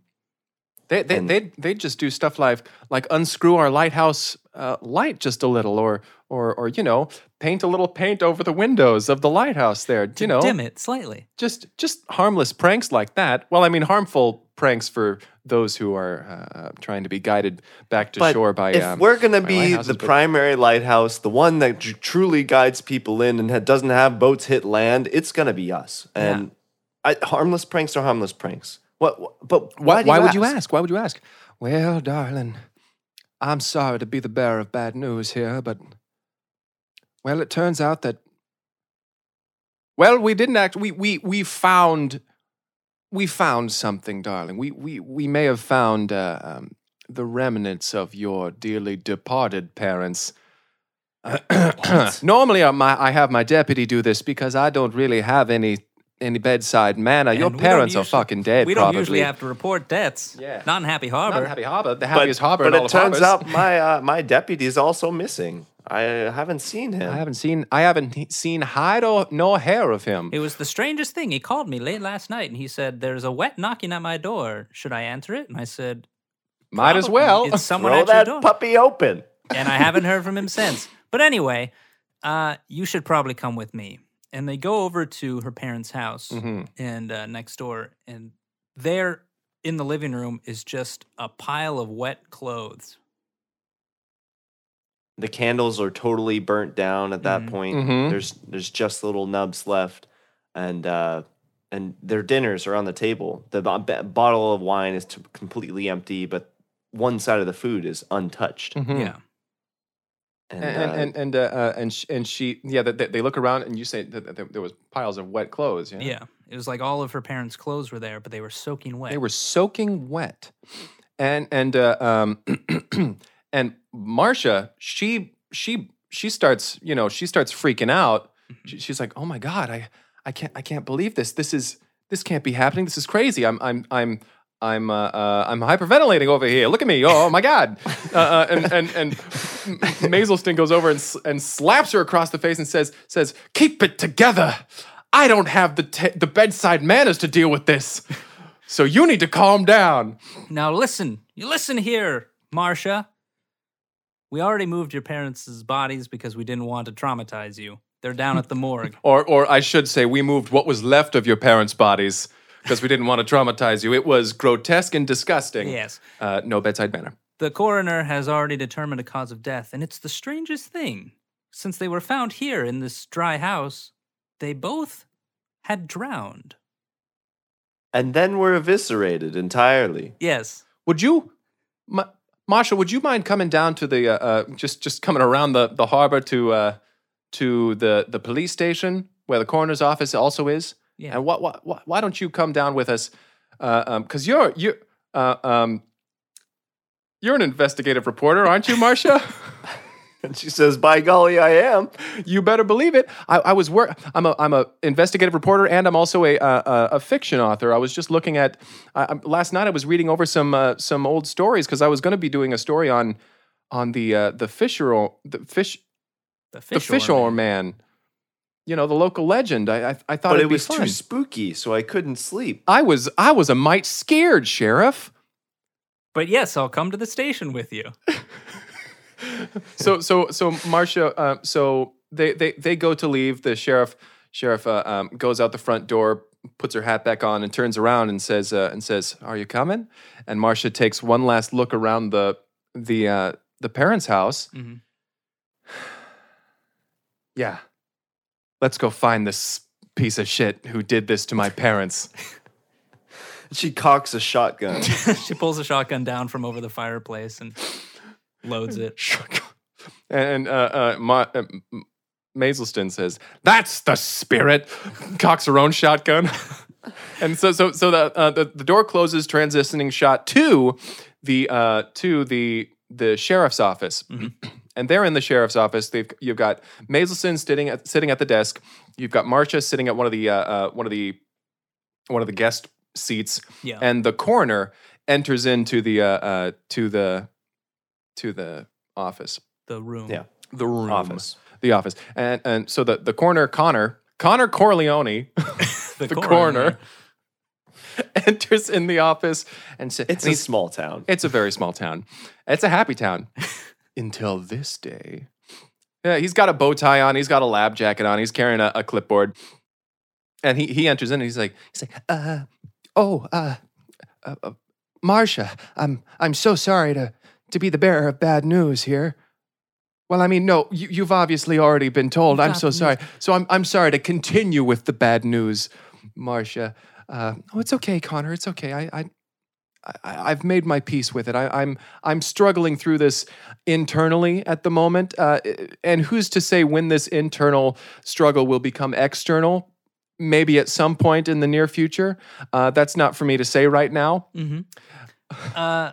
They they And- they they just do stuff like like unscrew our lighthouse uh, light just a little, or or or you know, paint a little paint over the windows of the lighthouse there. You know, dim it slightly. just just harmless pranks like that. Well, I mean, harmful pranks for those who are uh, trying to be guided back to But shore by. if um, we're gonna by be lighthouses, the but- primary lighthouse, the one that tr- truly guides people in and ha- doesn't have boats hit land, it's gonna be us. Yeah. And I, harmless pranks are harmless pranks. What? wh- But why? Why, do why would you ask? Why would you ask? Well, darling, I'm sorry to be the bearer of bad news here, but well, it turns out that well, we didn't act. We we we found we found something, darling. We we we may have found uh, um, the remnants of your dearly departed parents. Normally, uh, my, I have my deputy do this because I don't really have any any bedside manner. your And we don't parents are usually- fucking dead. We don't probably. usually have to report deaths. Yeah. Not in Happy Not Harbor. Happy Harbor, the But, happiest harbor but in all it of turns harbors. out my uh, my deputy is also missing. I haven't seen him. I haven't seen I haven't he- seen hide or no hair of him. It was the strangest thing. He called me late last night and he said, There's a wet knocking at my door. Should I answer it? And I said, Might as "Probably. well. It's someone Throw at your that door. puppy open. and I haven't heard from him since. But anyway, uh, you should probably come with me. And they go over to her parents' house Mhm. and uh, next door, and there in the living room is just a pile of wet clothes. The candles are totally burnt down at that Mhm. point. Mhm. There's there's just little nubs left, and uh, and their dinners are on the table. The bo- b- bottle of wine is t- completely empty, but one side of the food is untouched. Mhm. Yeah. And, And and uh, and and, uh, uh, and, sh- and she yeah that that they look around and you say that, that- that there was piles of wet clothes. yeah, It was like all of her parents' clothes were there, but they were soaking wet. They were soaking wet. And and uh, um and Marcia, she she she starts, you know, she starts freaking out. Mm-hmm. She, she's like, "Oh my god, I I can't I can't believe this. This is this can't be happening. This is crazy. I'm I'm I'm I'm uh, uh, I'm hyperventilating over here. Look at me! Oh my God! Uh, uh, and and and Mazelstein goes over and s- and slaps her across the face and says says Keep it together! I don't have the ta the bedside manners to deal with this. So you need to calm down. Now listen, you listen here, Marcia. We already moved your parents' bodies because we didn't want to traumatize you. They're down at the morgue. Or, or I should say, we moved what was left of your parents' bodies because we didn't want to traumatize you. It was grotesque and disgusting. Yes. Uh, no bedside manner. The coroner has already determined a cause of death, and it's the strangest thing. Since they were found here in this dry house, they both had drowned. and then we're eviscerated entirely. Yes. Would you, Ma- Marsha? Would you mind coming down to the uh, uh, just just coming around the, the harbor to uh, to the the police station where the coroner's office also is? Yeah. And why why why- why don't you come down with us? Because uh, um, 'cause you're you're uh, um, you're an investigative reporter, aren't you, Marcia? And she says, "By golly, I am." You better believe it. I, I was work. I'm a I'm a investigative reporter, and I'm also a uh, a, a fiction author. I was just looking at I, I'm- last night. I was reading over some uh, some old stories because I was going to be doing a story on on the uh, the fisher or the fish The fish, the fish oar man. You know the local legend. I I, I thought But it it'd was be too fun. spooky, so I couldn't sleep. I was I was a mite scared, sheriff. But yes, I'll come to the station with you. so so so Marcia, uh, so they they they go to leave. The sheriff sheriff uh, um, goes out the front door, puts her hat back on, and turns around and says uh, and says, "Are you coming?" And Marcia takes one last look around the the uh, the parents' house. Mhm. Yeah, let's go find this piece of shit who did this to my parents. She cocks a shotgun. she pulls a shotgun down from over the fireplace and loads it. And uh, uh, Ma- uh, M- Mazelston says, "That's the spirit." Cocks her own shotgun, and so so so the, uh, the the door closes, transitioning shot to the uh, to the the sheriff's office, and they're in the sheriff's office. They've you've got Mazelston sitting at sitting at the desk. You've got Marcia sitting at one of the uh, uh, one of the one of the guest seats, Yeah. and the coroner enters into the uh, uh, to the to the office the room. Yeah. the room Office. the office and and so the the coroner connor connor corleone The, the coroner enters in the office and says It's a small town. it's a very small town it's a happy town until this day yeah he's got a bow tie on he's got a lab jacket on he's carrying a, a clipboard and he he enters in and he's like he's like uh oh uh, uh, uh Marcia, I'm I'm so sorry to to be the bearer of bad news here. Well, I mean, no, you, you've obviously already been told. I'm so sorry. So I'm I'm sorry to continue with the bad news, Marcia. Uh, oh, it's okay, Connor. It's okay. I. I I, I've made my peace with it. I, I'm I'm struggling through this internally at the moment, uh, and who's to say when this internal struggle will become external? Maybe at some point in the near future. Uh, that's not for me to say right now. hmm Uh,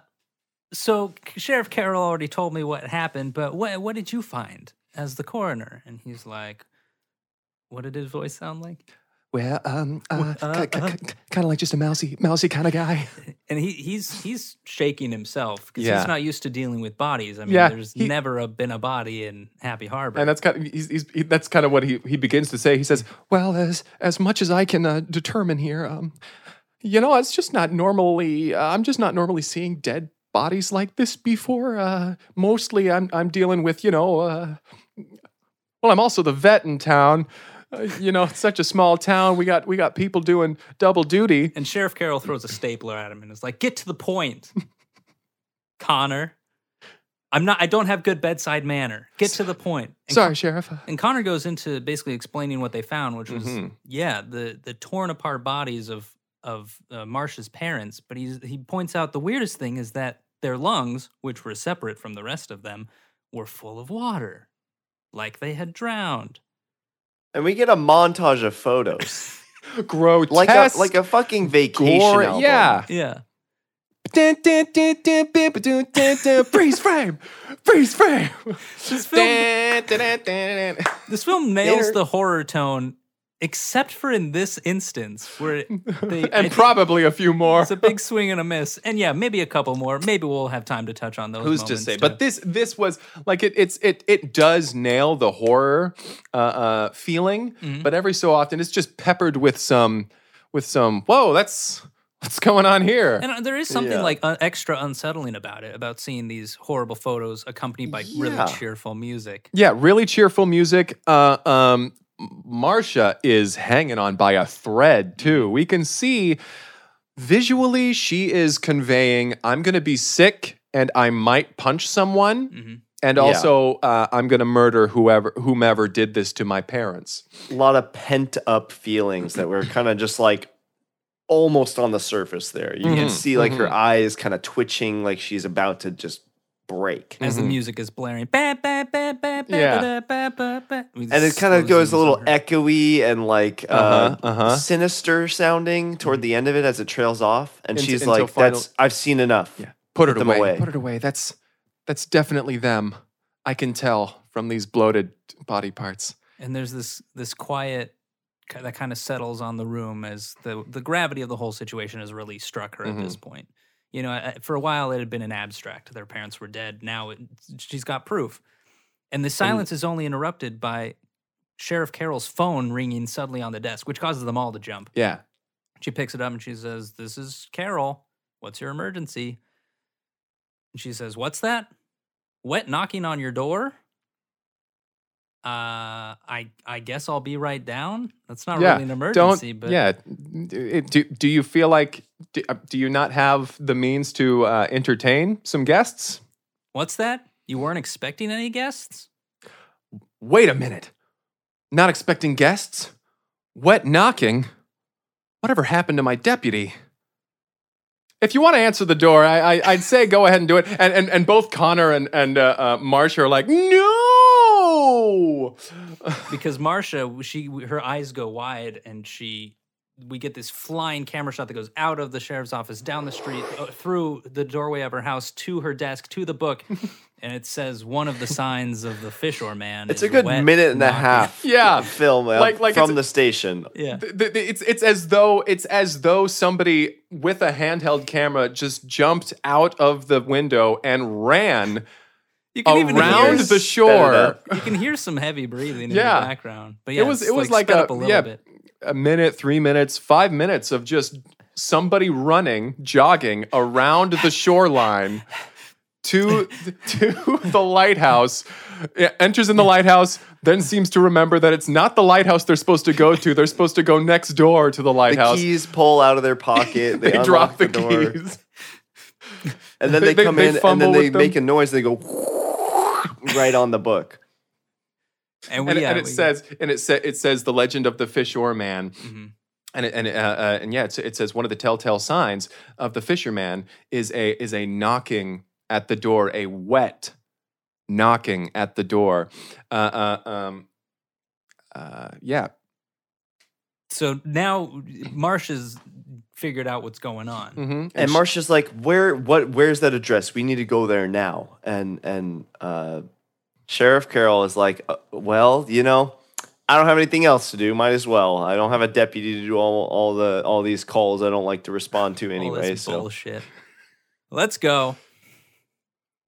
so Sheriff Carroll already told me what happened, but what what did you find as the coroner? And he's like, "What did his voice sound like?" where um uh, uh, uh. kind of like just a mousy mousy kind of guy. and he, he's he's shaking himself because Yeah. he's not used to dealing with bodies. I mean, Yeah, there's he- never a, been a body in Happy Harbor. And that's kind of he's, he's, he, that's kind of what he, he begins to say. He says, "Well, as as much as I can uh, determine here, um, you know, it's just not normally. Uh, I'm just not normally seeing dead bodies like this before. Uh, mostly, I'm I'm dealing with you know. Uh, well, I'm also the vet in town. Uh, you know, it's such a small town. We got we got people doing double duty. And Sheriff Carroll throws a stapler at him and is like, "Get to the point, Connor. I'm not. I don't have good bedside manner. Get to the point." And Sorry, sheriff. Uh, And Connor goes into basically explaining what they found, which was Mhm. yeah, the the torn apart bodies of of uh, Marsh's parents. But he's, he points out the weirdest thing is that their lungs, which were separate from the rest of them, were full of water, like they had drowned. And we get a montage of photos, Grotesque. like a, like a fucking vacation gore- album. Yeah. Yeah, Dun, dun, dun, dun, dun, dun, dun, dun. Freeze frame! Freeze frame! this film Dun, dun, dun, dun, dun. this film nails Inter- the horror tone, except for in this instance where it, they I and think probably a few more. it's a big swing and a miss. And yeah, maybe a couple more. Maybe we'll have time to touch on those. Who's to say? moments, too. But this this was like it it's it it does nail the horror uh, uh, feeling, Mhm. but every so often it's just peppered with some with some whoa that's what's going on here. And uh, there is something Yeah. like uh, extra unsettling about it, about seeing these horrible photos accompanied by Yeah. really cheerful music. yeah, really cheerful music. Uh, um, Marsha is hanging on by a thread too. We can see visually she is conveying I'm going to be sick and I might punch someone. hmm and Yeah. also uh, I'm going to murder whoever whomever did this to my parents. a lot of pent up feelings that were kind of just like almost on the surface there. You can Mhm, see like her mhm. eyes kind of twitching, like she's about to just break. As the Mhm. music is blaring. Ba, ba, ba, ba, ba, Yeah. ba, ba, ba, ba. We And it kind slow of goes a zooms little on her. echoey and like uh, uh-huh. Mm-hmm. sinister sounding toward the end of it as it trails off. And Int- she's until like, final- "That's I've seen enough." Yeah. Put it them away. away. Put it away. That's that's definitely them. I can tell from these bloated body parts. And there's this this quiet ki- that kind of settles on the room as the the gravity of the whole situation has really struck her at this point. You know, I- for a while it had been an abstract. Their parents were dead. Now it, she's got proof, and the silence is only interrupted by Sheriff Carroll's phone ringing suddenly on the desk, which causes them all to jump. Yeah. She picks it up and she says, "This is Carol. What's your emergency?" And she says, "What's that? Wet knocking on your door?" Uh, I I guess I'll be right down. That's not Yeah, really an Don't. emergency, but yeah. It- do, do you feel like do, uh, do you not have the means to uh, entertain some guests? what's that? You weren't expecting any guests? Wait a minute. Not expecting guests. Wet knocking. Whatever happened to my deputy? If you want to answer the door, I, I, I'd say go ahead and do it. And, and, and both Connor and, and uh, uh, Marsha are like, no! Because Marcia, she her eyes go wide and she we get this flying camera shot that goes out of the sheriff's office down the street uh, through the doorway of her house to her desk to the book and it says one of the signs of the fisher man It's is a good wet minute and a knocking- half. Yeah. film uh, Like- like from it's- the station. yeah Th- th- th- It's, it's as though it's as though somebody with a handheld camera just jumped out of the window and ran you can even around hear, hear the it shore. up. you can hear some heavy breathing in Yeah. the background but yeah It was- it's it was like sped a- up a little yeah. bit a minute, three minutes, five minutes of just somebody running, jogging around the shoreline to to the lighthouse. It enters in the lighthouse, then seems to remember that it's not the lighthouse they're supposed to go to. They're supposed to go next door to the The lighthouse. keys pull out of their pocket. They, they drop unlock the, door. keys. And then they, They- they- come they in and fumble then they with them. make a noise. They go right on the book. and, we, And, it- yeah, and it we- says, and it sa- it says the legend of the fisherman. Mhm. and it, and uh, uh, and yeah, it's, it says one of the telltale signs of the fisherman is a is a knocking at the door, a wet knocking at the door. Uh, uh, um, uh, yeah, so now marsh has figured out what's going on hmm and, And sh- Marcia's like, "Where? What? Where's that address? We need to go there now." And and uh, Sheriff Carroll is like, uh, "Well, you know, I don't have anything else to do. Might as well. I don't have a deputy to do all, all the all these calls. I don't like to respond to All this anyway. So bullshit. Let's go.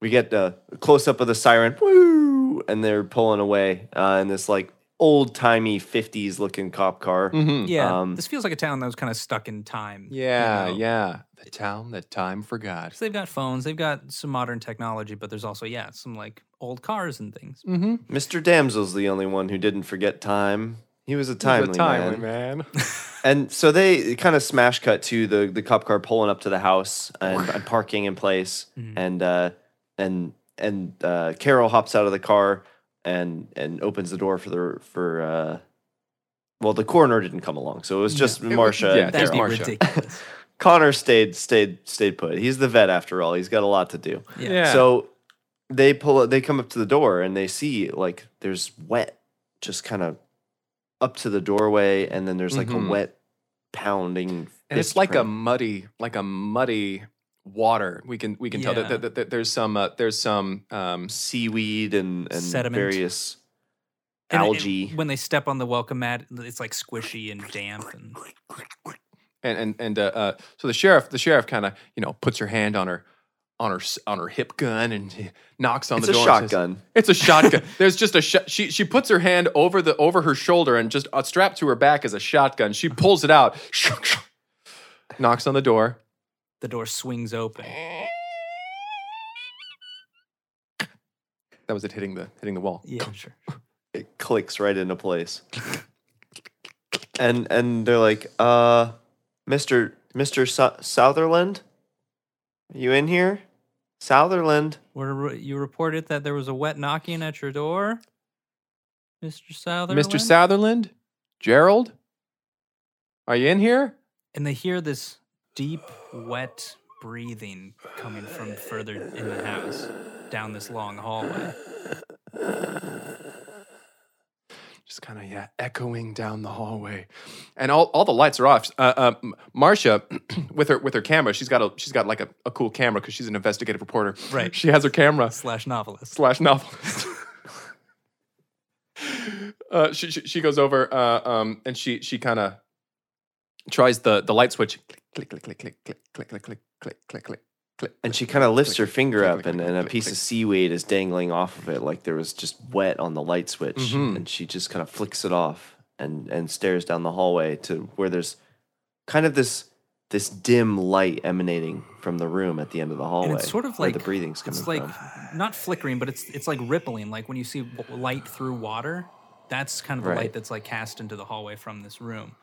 we get a close up of the siren, woo, and they're pulling away uh, in this like old timey '50s looking cop car. Mm-hmm. Yeah, Um, this feels like a town that was kind of stuck in time. you Yeah, know? yeah. The town that time forgot. 'Cause they've got phones, they've got some modern technology, but there's also yeah some like old cars and things. Mm-hmm. Mr. Damsel's the only one who didn't forget time. He was a timely, man. man. And so they kind of smash cut to the the cop car pulling up to the house and, and parking in place, Mhm. and uh, and and uh, Carol hops out of the car and and opens the door for the for uh, well the coroner didn't come along, so it was No. just was- Marcia. yeah, and that was That'd be Carol. Marsha. ridiculous. Connor stayed stayed stayed put. He's the vet after all. He's got a lot to do. Yeah. Yeah. So they pull up, they come up to the door and they see like there's wet just kind of up to the doorway and then there's like Mhm. a wet pounding and it's fist like a print. muddy, like a muddy water. We can we can tell that, Yeah. that, that, that there's some uh, there's some um seaweed and and Sediment. various And- and algae. when they step on the welcome mat, it's like squishy and damp. And and and and uh, uh so the sheriff the sheriff kind of you know puts her hand on her on her s- on her hip gun and he knocks on it's the a door. and says, shotgun. It's a shotgun. There's just a shot. She she puts her hand over the over her shoulder and just uh, strapped to her back is a shotgun. She pulls it out, knocks on the door. the door swings open. That was it hitting the hitting the wall. Yeah, sure. It clicks right into place. and and they're like, uh Mr. Mr. Sou- Southerland? You in here? Southerland? Where you reported that there was a wet knocking at your door, Mr. Sutherland. Mr. Sutherland, Gerald, are you in here? and they hear this deep, wet breathing coming from further in the house down this long hallway. Just kind of yeah, echoing down the hallway, and all, all the lights are off. Uh, uh, M- Marcia, with her with her camera, she's got a she's got like a, a cool camera because she's an investigative reporter. Right. She has her camera. Slash novelist. slash novelist. uh, she, she she goes over uh, um, and she she kind of tries the the light switch. Click click click click click click click click click click click click. And she kind of lifts her finger click, up, click, and, click, and a click, piece click. of seaweed is dangling off of it, like there was just wet on the light switch. Mhm. And she just kind of flicks it off and and stares down the hallway to where there's kind of this this dim light emanating from the room at the end of the hallway. sort of where the like- breathing's coming It's like from. not flickering, but it's it's like rippling, like when you see w- light through water. That's kind of the Right. light that's like cast into the hallway from this room.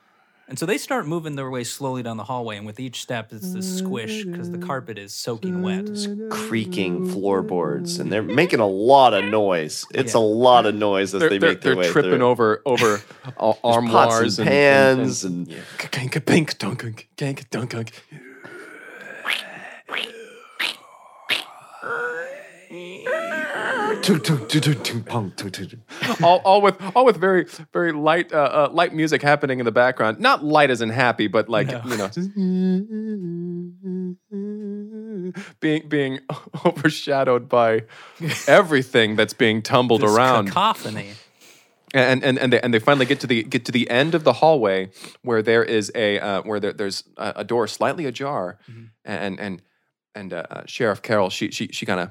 And so they start moving their way slowly down the hallway, and with each step, it's this squish because the carpet is soaking wet. creaking floorboards, and they're making a lot of noise. It's Yeah. a lot of noise as They're, they they're, make their they're way tripping through. over over uh, There's pots armoires and and, and, pans and, kanka pink dunkunk kanka dunkunk. Tung, tung, tung, tung, tung, pong, tung, tung, tung. all, all with all with very very light uh, uh, light music happening in the background. Not light as in happy, but like No. you know, just being being overshadowed by everything that's being tumbled This around. cacophony. and and and they, and they finally get to the get to the end of the hallway where there is a uh, where there, there's a, a door slightly ajar, Mhm. and and and uh, uh, Sheriff Carroll she she she kind of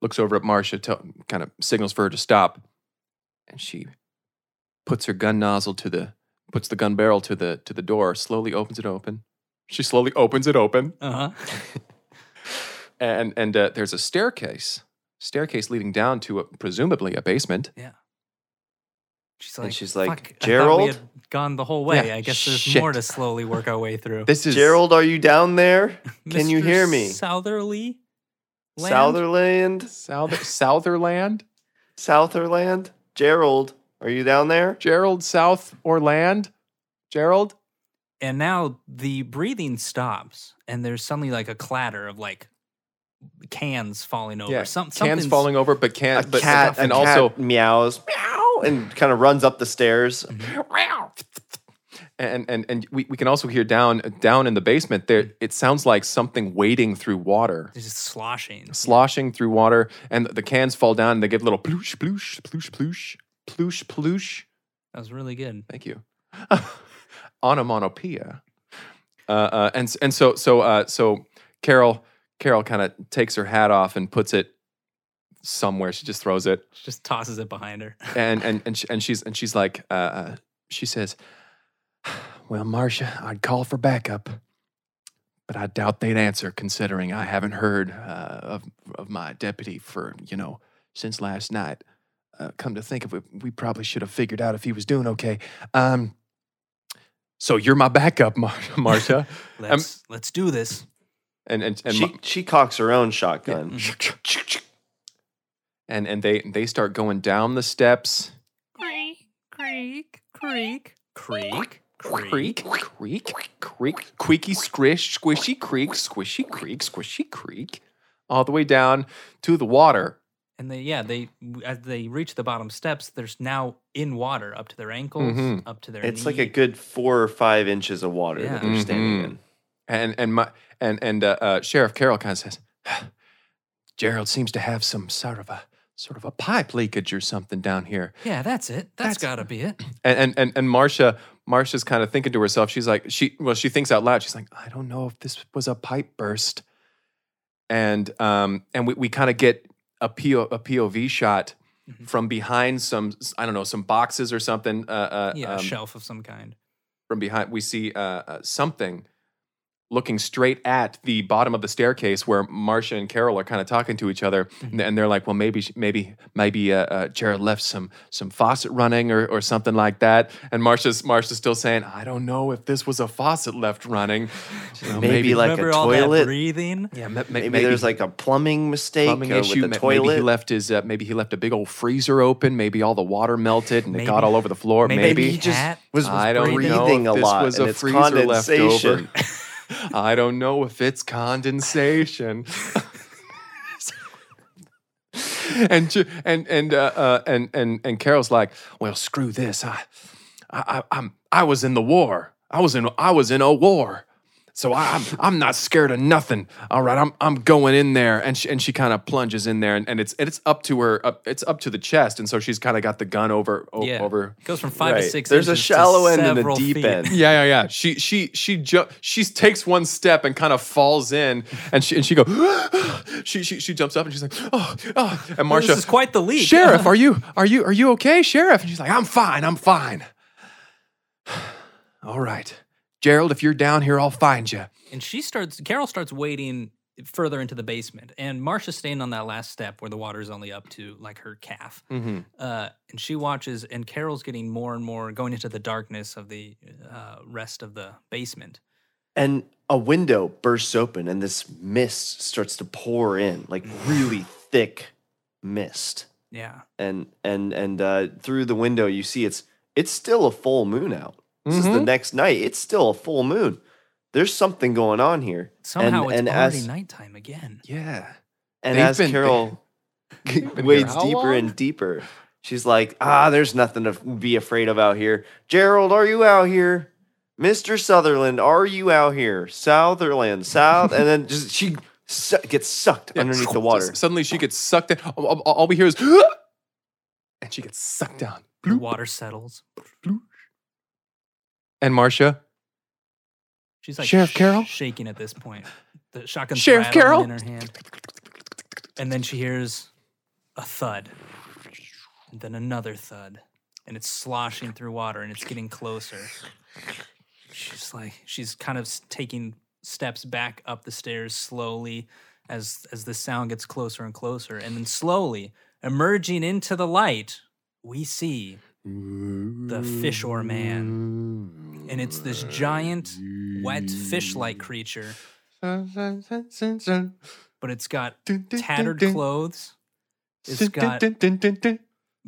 looks over at Marcia, kind of signals for her to stop, and she puts her gun nozzle to the puts the gun barrel to the to the door, slowly opens it open. She slowly opens it open, Uh huh. and and uh, there's a staircase staircase leading down to a, presumably a basement. She's like, And she's like, "Fuck, I thought we "Gerald?" had gone the whole way. Yeah, I guess there's shit. more to slowly work our way through. This is Gerald, are you down there? can you Mr. hear me? Southerly? Land? Southerland? South- Southerland, Southerland? Gerald, are you down there? Gerald South Orland, Gerald. And now the breathing stops, and there's suddenly like a clatter of like cans falling over. Yeah, Some, Cans something's- falling over, but can A but cat and a also cat meows meow and kind of runs up the stairs. Mm-hmm. and and and we, we can also hear down down in the basement there. It sounds like something wading through water, It's just sloshing. sloshing through water, and the cans fall down and they give little ploosh ploosh ploosh ploosh ploosh ploosh. That was really good. Thank you. Onomatopoeia. Uh, uh, and s- and so so uh, so Carol Carol kind of takes her hat off and puts it somewhere. She just throws it She just tosses it behind her. and and and, sh and she's and she's like uh, uh, she says, "Well, Marcia, I'd call for backup, but I doubt they'd answer considering I haven't heard uh, of of my deputy for you know since last night. Uh, come to think of it, we probably should have figured out if he was doing okay." Um, so you're my backup, Mar- Marcia, Let's let's do this. and and and she Ma- she cocks her own shotgun. and and they they start going down the steps. Creek, creek, creek, creek, Creak, creak, creak, creaky, squish, squishy, creak, squishy, creak, squishy, creak, all the way down to the water. And they yeah they as they reach the bottom steps, there's now in water up to their ankles, Mhm. up to their. Mm-hmm. It's like a knee. good four or five inches of water Yeah. that they're standing Mhm. in. And and my and and uh, uh, Sheriff Carroll kind of says, Gerald seems to have some sort of a sort of a pipe leakage or something down here. yeah. That's it. That's- that's gotta be it. And and and, and Marcia Marcia's kind of thinking to herself. She's like she well she thinks out loud. She's like I don't know if this was a pipe burst. And um and we, we kind of get a PO, a POV shot Mhm. from behind some s- I don't know some boxes or something. Uh, uh, Yeah, um, a shelf of some kind. from behind we see uh, uh, something looking straight at the bottom of the staircase where Marcia and Carol are kind of talking to each other, Mm-hmm. and- and they're like, "Well, maybe, sh- maybe, maybe uh, uh, Jared left some some faucet running or, or something like that." And Marcia's Marcia's still saying, "I don't know if this was a faucet left running. You know, Maybe like a Remember all that toilet? breathing? yeah, ma- ma- Maybe, there's like a plumbing mistake plumbing uh, issue. with ma- the toilet. Maybe he left his uh, maybe he left a big old freezer open. Maybe all the water melted and it got Maybe- all over the floor. maybe Maybe he he just had- was, was I don't breathing know if a this lot, was and a it's freezer left over. condensation. I don't know if it's condensation. and ju- and and uh, uh, and and and Carol's like, well, screw this. I, I, I I'm I was in the war. I was in I was in a war. So I, I'm I'm not scared of nothing. All right, I'm I'm going in there, and she, and she kind of plunges in there, and, and it's it's up to her, up, it's up to the chest, and so she's kind of got the gun over o- Yeah. over It goes from five to Right. six. There's a inches to shallow end and a several deep feet. end. yeah, yeah, yeah. She she she ju- she takes one step and kind of falls in, and she and she go. she, she she jumps up and she's like, oh, oh. and Well, this is Marsha, quite the leap. sheriff, are you are you are you okay, sheriff? And she's like, I'm fine, I'm fine. All right, Gerald, if you're down here, I'll find you. And she starts, Carol starts wading further into the basement. And Marcia's staying on that last step where the water is only up to like her calf. Mm-hmm. Uh, and she watches, and Carol's getting more and more going into the darkness of the uh, rest of the basement. and a window bursts open and this mist starts to pour in like really thick mist Yeah. and and and uh, through the window you see it's it's still a full moon out this is the Mhm. next night it's still a full moon there's something going on here Somehow and, it's and already as nighttime again. Yeah. and They've as been- carol been wades here how deeper long? and deeper she's like ah there's nothing to be afraid of out here gerald are you out here mr sutherland are you out here sutherland south and then just she su- gets sucked Yeah. underneath the water Just suddenly, she gets sucked in. All, all- all we hear is, and she gets sucked down. The water settles. And Marcia, She's like Sheriff Carol? shaking at this point. The shotgun Sheriff Carol? in her hand. And then she hears a thud. And then another thud. And it's sloshing through water and it's getting closer. She's like she's kind of s- taking steps back up the stairs slowly as as the sound gets closer and closer and then slowly emerging into the light we see the fishore man and it's this giant wet fish-like creature but it's got tattered clothes. It's got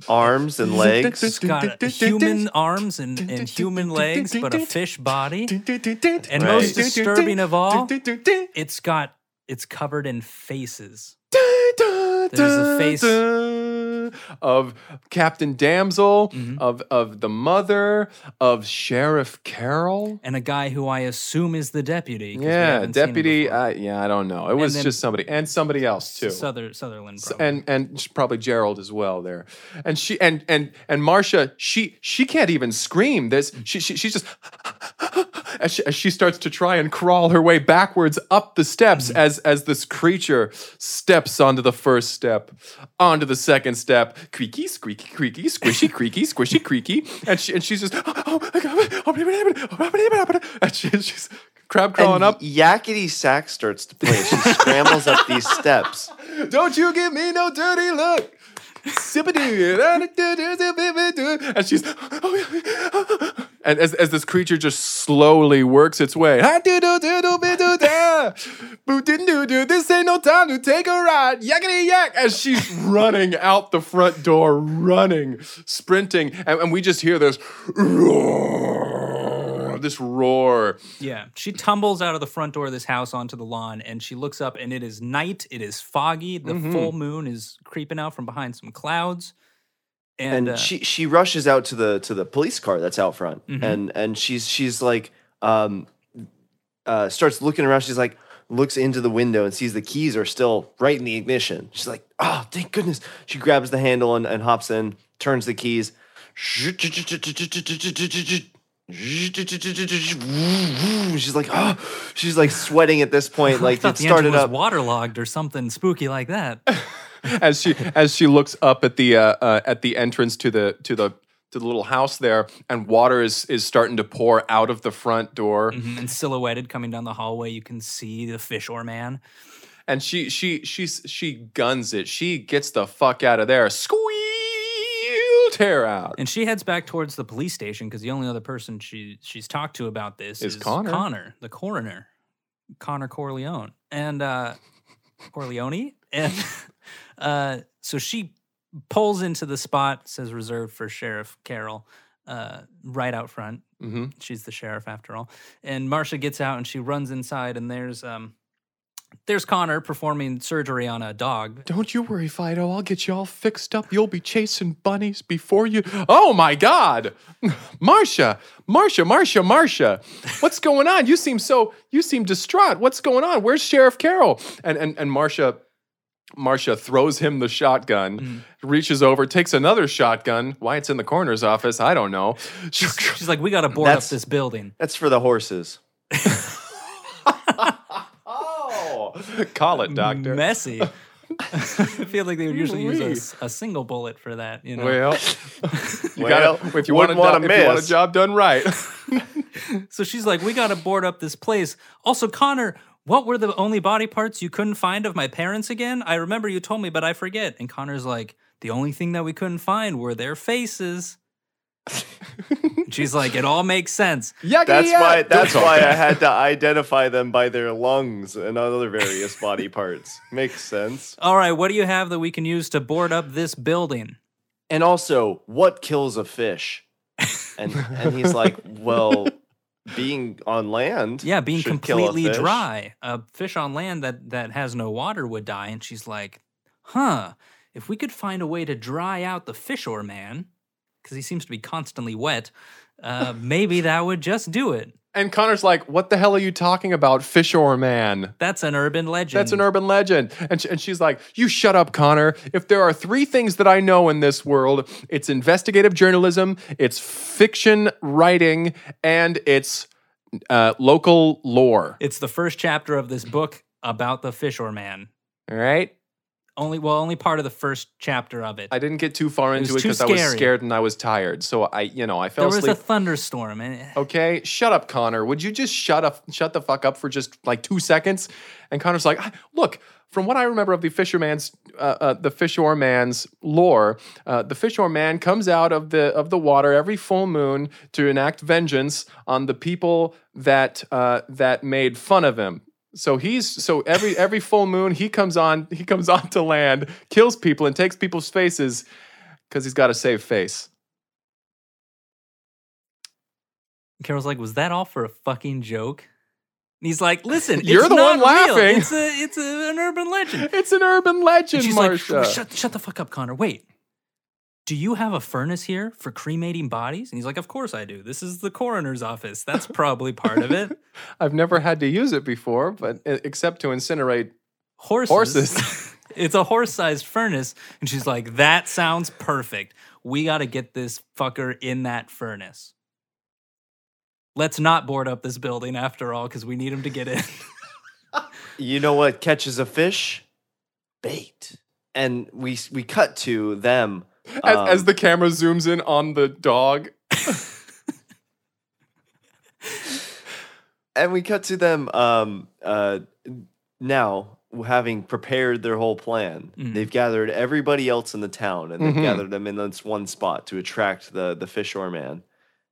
arms and legs it's got a human arms and, and human legs, but a fish body. And most Right. disturbing of all, it's got it's covered in faces. There's a face of Captain Damsel, Mhm. of of the mother, of Sheriff Carroll. and a guy who I assume is the deputy. 'cause we Yeah, haven't seen him deputy. before. Uh, yeah, I don't know. It And was then- just somebody and somebody else too. Souther- Sutherland. S- Probably. and and sh- probably Gerald as well there, and she and and and Marcia she she can't even scream. This she, she she's just as she, as she starts to try and crawl her way backwards up the steps as as this creature steps onto the first step, onto the second step, creaky squeaky creaky squishy creaky squishy creaky, and she and she's just oh my god, and she, she's crab crawling and up. Yakety sack starts to play. She scrambles up these steps. Don't you give me no dirty look. Sippity- and she's oh, and as, as this creature just slowly works its way this ain't no time to take a ride yakety yak as she's running out the front door running sprinting and, and we just hear this roar this roar Yeah, she tumbles out of the front door of this house onto the lawn, and she looks up, and it is night. It is foggy. The Mm-hmm. full moon is creeping out from behind some clouds, and, And uh, she she rushes out to the to the police car that's out front. Mhm. And and she's she's like um uh starts looking around. She's like looks into the window and sees the keys are still right in the ignition. She's like, oh thank goodness. She grabs the handle and, and hops in, turns the keys. She's like, oh, she's like sweating at this point. I Like thought it the engine started was up. waterlogged or something spooky like that. as she as she looks up at the uh, uh, at the entrance to the to the to the little house there, and water is is starting to pour out of the front door, Mhm, And silhouetted coming down the hallway, you can see the fishore man. and she she she she guns it. She gets the fuck out of there. Squeal tear out. And she heads back towards the police station because the only other person she she's talked to about this Is is, Connor. Connor, the coroner, Connor Corleone, and uh, Corleone, and uh, so she pulls into the spot says reserved for Sheriff Carroll, uh, right out front. Mm-hmm. She's the sheriff after all. And Marcia gets out and she runs inside, and there's um, there's Connor performing surgery on a dog. Don't you worry, Fido. I'll get you all fixed up. You'll be chasing bunnies before you. Oh my God, Marcia, Marcia, Marcia, Marcia. What's going on? You seem so. You seem distraught. What's going on? Where's Sheriff Carroll? And and and Marcia, Marcia throws him the shotgun. Mm. Reaches over, takes another shotgun. Why it's in the coroner's office, I don't know. She's like, "We got to board up That's- this building." That's for the horses. Call it, doctor. Messy. I feel like they would usually use a Ooh-wee. s- a, single bullet for that. You know, Well, you Well, gotta, if you want a wouldn't wanna do- if you want a miss. job done right. so she's like, "We got to board up this place." Also, Connor, what were the only body parts you couldn't find of my parents again? I remember you told me, but I forget. And Connor's like, "The only thing that we couldn't find were their faces." And she's like, "It all makes sense." Yucky That's yuck. why. Don't That's talk why I had to identify them by their lungs and other various body parts. Makes sense. All right, what do you have that we can use to board up this building? And also, what kills a fish? And and he's like, well, being on land. Yeah, being should kill a completely fish. dry. A fish on land that that has no water would die. And she's like, "Huh? If we could find a way to dry out the fish or man, because he seems to be constantly wet, uh, maybe that would just do it." And Connor's like, "What the hell are you talking about, fish or man?" That's an urban legend. That's an urban legend. And, sh- and she's like, You shut up, Connor. If there are three things that I know in this world, it's investigative journalism, it's fiction writing, and it's uh, local lore. It's the first chapter of this book about the fish or man. All right. Only well, only part of the first chapter of it. I didn't get too far was into it too because I was scary. scared and I was tired. So I, you know, I there fell was a asleep. Oh. thunderstorm, and okay, shut up, Connor. Would you just shut up, shut the fuck up for just like two seconds? And Connor's like, "Ah, look, from what I remember of the fisherman's, uh, uh, the fishore man's lore, uh, the fishore man comes out of the of the water every full moon to enact vengeance on the people that uh, that made fun of him. So he's so every every full moon he comes on he comes on to land, kills people and takes people's faces because he's got to save face. Carol's like, "Was that all for a fucking joke?" And he's like, "Listen, You're it's the one not real. laughing." It's a it's a, an urban legend." It's an urban legend, And she's Marcia. like, "Sh- shut, shut the fuck up, Connor. Wait, Do you have a furnace here for cremating bodies? And he's like, Of course I do. This is the coroner's office. That's probably part of it. I've never had to use it before, but e- except to incinerate. Horses. it's a horse sized furnace. And she's like, That sounds perfect. We got to get this fucker in that furnace. Let's not board up this building after all, because we need him to get in. You know what catches a fish? Bait. And we we cut to them As, um, as the camera zooms in on the dog, and we cut to them um uh now having prepared their whole plan Mhm. they've gathered everybody else in the town and they've Mhm. gathered them in this one spot to attract the the fish or man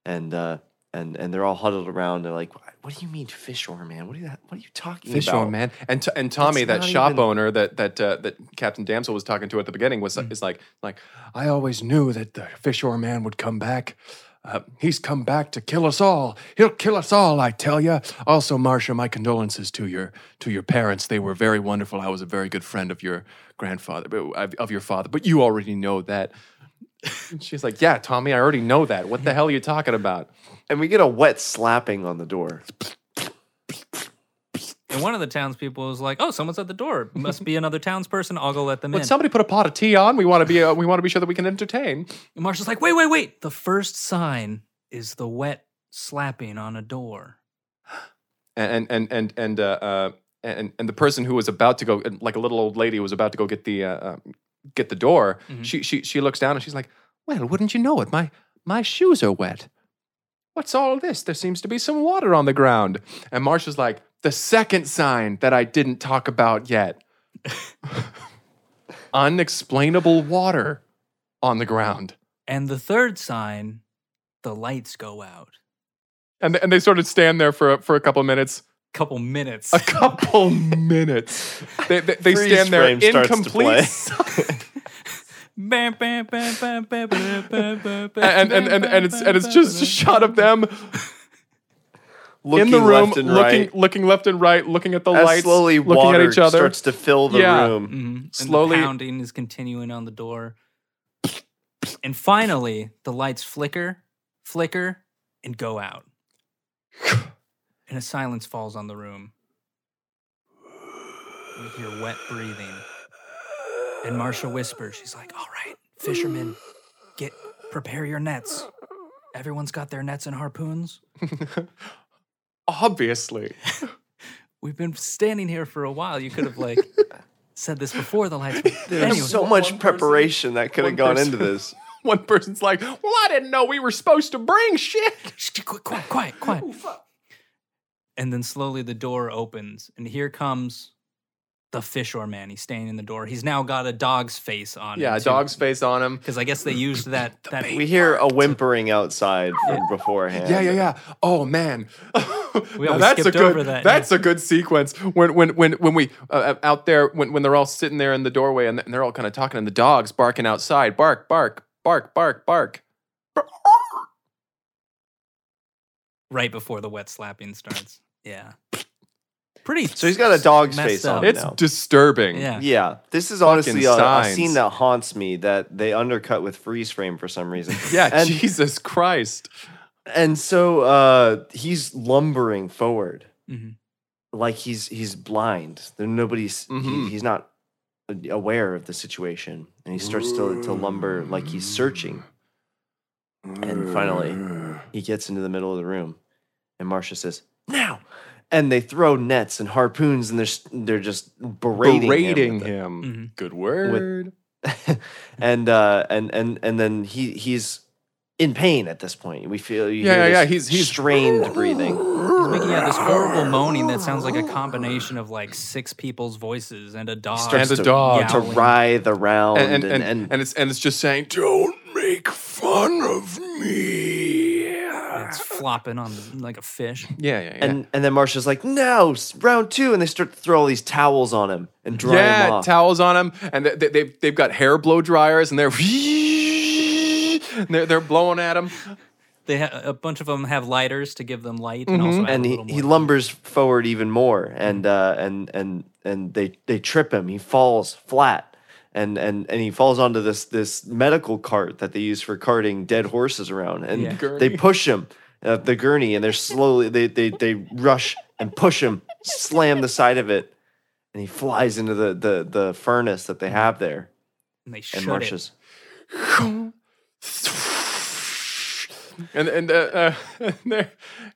and uh and and they're all huddled around and like "What- what do you mean fish or man what are you what are you talking fish about on man, and t- and Tommy, That's that not shop even- owner that that uh, that Captain Damsel was talking to at the beginning was Mm. is like like I always knew that the fish or man would come back. Uh, he's come back to kill us all. He'll kill us all, I tell you. Also, Marcia, my condolences to your to your parents. They were very wonderful. I was a very good friend of your grandfather, but- uh, of of your father. But you already know that. And She's like, yeah, Tommy, I already know that. What the hell are you talking about? and we get a wet slapping on the door and one of the townspeople was like, Oh, someone's at the door. Must be another townsperson. I'll go let them in. Would somebody put a pot of tea on? We want to be uh, we want to be sure that we can entertain. And Marshall's like, wait, wait, wait. The first sign is the wet slapping on a door. and and and and uh, uh, and and the person who was about to go, like a little old lady, who was about to go get the uh, um, get the door. Mhm. She she she looks down and she's like, "Well, wouldn't you know it? My my shoes are wet. What's all this? There seems to be some water on the ground." And Marsha's like, "The second sign that I didn't talk about yet: unexplainable water on the ground." And the third sign, the lights go out. And and they sort of stand there for a- for a couple minutes. Couple minutes. A couple minutes. They, they, they Freeze stand there frame in starts to play. complete bam, bam, bam, bam, bam, bam, bam, bam, bam, and and and, and it's and it's just a shot of them looking in the room, left and looking right looking left and right, looking at the as lights, slowly looking water at each other. starts to fill the Yeah. room Mhm. Slowly- And the pounding is continuing on the door. And finally, the lights flicker, flicker, and go out. And a silence falls on the room. We hear wet breathing. And Marcia whispers, she's like, All right, fishermen, get prepare your nets. Everyone's got their nets and harpoons. Obviously, We've been standing here for a while. You could have like said this before the lights. there's Anyway. so much preparation that could one have gone person- into this one person's like, "Well, I didn't know we were supposed to bring shit." Shh, shh, quiet, quiet, quiet, quiet. and then slowly the door opens, and here comes the fish or man. He's standing in the door. He's now got a dog's face on. Yeah, dog's face on him. Because I guess they used that. that We hear a whimpering outside from beforehand. Yeah, yeah, yeah. Oh man, Now always that's a skipped good. over that, that's a good sequence. When when when when we uh, out there when when they're all sitting there in the doorway and and they're all kind of talking and the dogs barking outside, bark, bark, bark, bark, bark. right before the wet slapping starts. Yeah. Pretty. So he's got a dog's messed face up. on. It's now. disturbing. Oh, Yeah. Yeah, this is honestly a, a signs. scene that haunts me that they undercut with freeze frame for some reason. Yeah, and Jesus Christ. and so uh, he's lumbering forward Mm-hmm. Mhm. like he's he's blind. There nobody's he- Mhm. he's not uh, aware of the situation, and he starts to to lumber like he's searching. And finally, he gets into the middle of the room, and Marcia says, "Now!" And they throw nets and harpoons, and they're s- they're just berating, him Berating with it. him. Mhm. Good word. and uh, and and and then he he's in pain at this point. We feel you Yeah, hear yeah, yeah, this he's- he's- strained breathing. He's making out this horrible moaning that sounds like a combination of like six people's voices and a dog. starts And to- a dog. to Yowling. writhe around and, and and, and, and it's and it's just saying, Don't make fun of me. Yeah, It's flopping on like a fish. yeah, yeah. and, and then Marsha's like, "No, s- round two, and they start to throw all these towels on him and dry him yeah, off. towels on him, and they, they, they've they've got hair blow dryers, and they're and they're they're blowing at him. They ha- a bunch of them have lighters to give them light, and also add Mm-hmm. and a he, little more Mm-hmm. he lumbers forward even more and uh, and and and they they trip him he falls flat and and and he falls onto this this medical cart that they use for carting dead horses around, and Yeah. they push him uh, the gurney, and they're slowly they they they rush and push him, slam the side of it, and he flies into the the the furnace that they have there and they and Mm-hmm. shut it. marches. and and uh, uh, there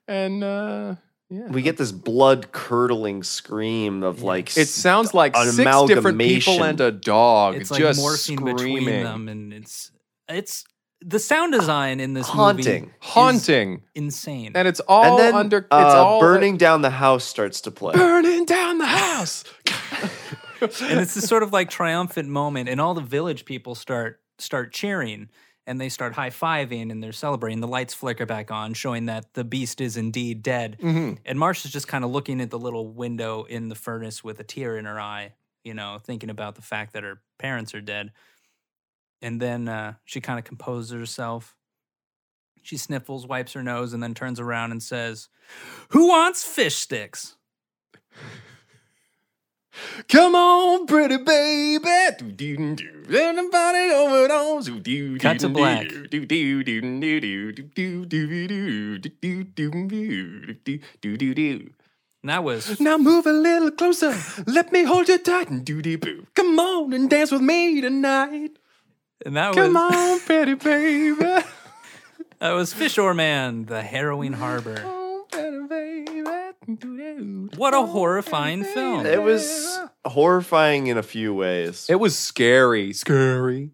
and uh, yeah. We get this blood curdling scream of like It sounds like six different people Amalgamation. and a dog It's like just morphine between screaming, them, and it's it's the sound design in this haunting. movie haunting, insane. and it's all and then under. It's uh, all burning down the house starts to play. burning down the house. and it's this sort of like triumphant moment and all the village people start start cheering and they start high-fiving and they're celebrating the lights flicker back on showing that the beast is indeed dead Mhm. and marsh is just kind of looking at the little window in the furnace with a tear in her eye you know thinking about the fact that her parents are dead and then uh, she kind of composes herself she sniffles wipes her nose and then turns around and says who wants fish sticks Come on, pretty baby. Do do do. Anybody over those who do Cut to black. Do do do do do do do do do do do do do do do do. and that was Now move a little closer. Let me hold you tight and do doo boo. Come on and dance with me tonight. and that Come was on, pretty baby. That was Fishore Man, the harrowing harbor. Oh, pretty baby. Doo-doo. What a horrifying film. It was horrifying in a few ways. It was scary. Scary.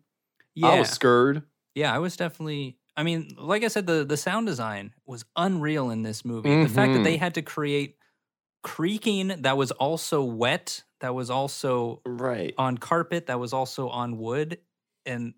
Yeah. I was scared. yeah, I was definitely I mean, like I said, the, the sound design was unreal in this movie. The fact that Mhm. they Mm-hmm. had to create creaking that was also wet, that was also right. on carpet, that was also on wood, and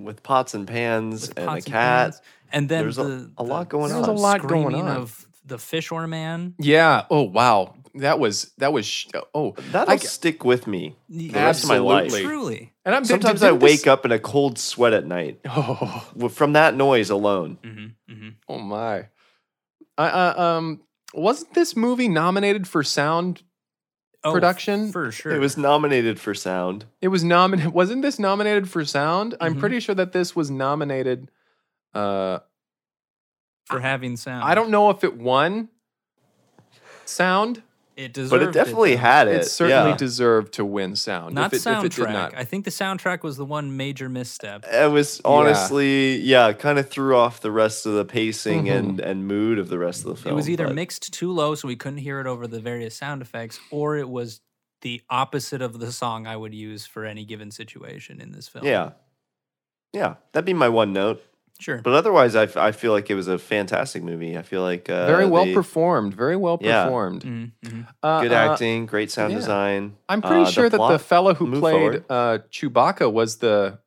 With pots and pans Um, with and pots a cat. pans. And then There's a- the, a lot the going There was a s- lot going screaming on. of the Fishore Man. Yeah. Oh wow. That was that was. Sh- oh, That'll I- stick with me. The rest of my life. Truly. and I'm Sometimes I wake up in a cold sweat at night Oh, w- from that noise alone. hmm hmm oh my. I, uh, um, wasn't this movie nominated for sound? Oh, f- Production, for sure. It was nominated for sound. It was nominated. Wasn't this nominated for sound? I'm Mhm. pretty sure that this was nominated. Uh, for having sound. I don't know if it won. Sound. It deserved But it definitely though. had it. It certainly yeah. deserved to win sound. not if it, soundtrack. If it did not. I think the soundtrack was the one major misstep. It was honestly, yeah, kind of threw off the rest of the pacing and, and mood of the rest of the film. Mm-hmm. it was either but- mixed too low so we couldn't hear it over the various sound effects, or it was the opposite of the song I would use for any given situation in this film. Yeah. Yeah. That'd be my one note. sure. But otherwise, I, f- I feel like it was a fantastic movie. I feel like uh, very well they- performed. Very well Yeah. performed. Mhm, mhm. Uh, good uh, acting, great sound yeah. design. I'm pretty Uh, sure that the plot fellow who moved played forward. uh, Chewbacca was the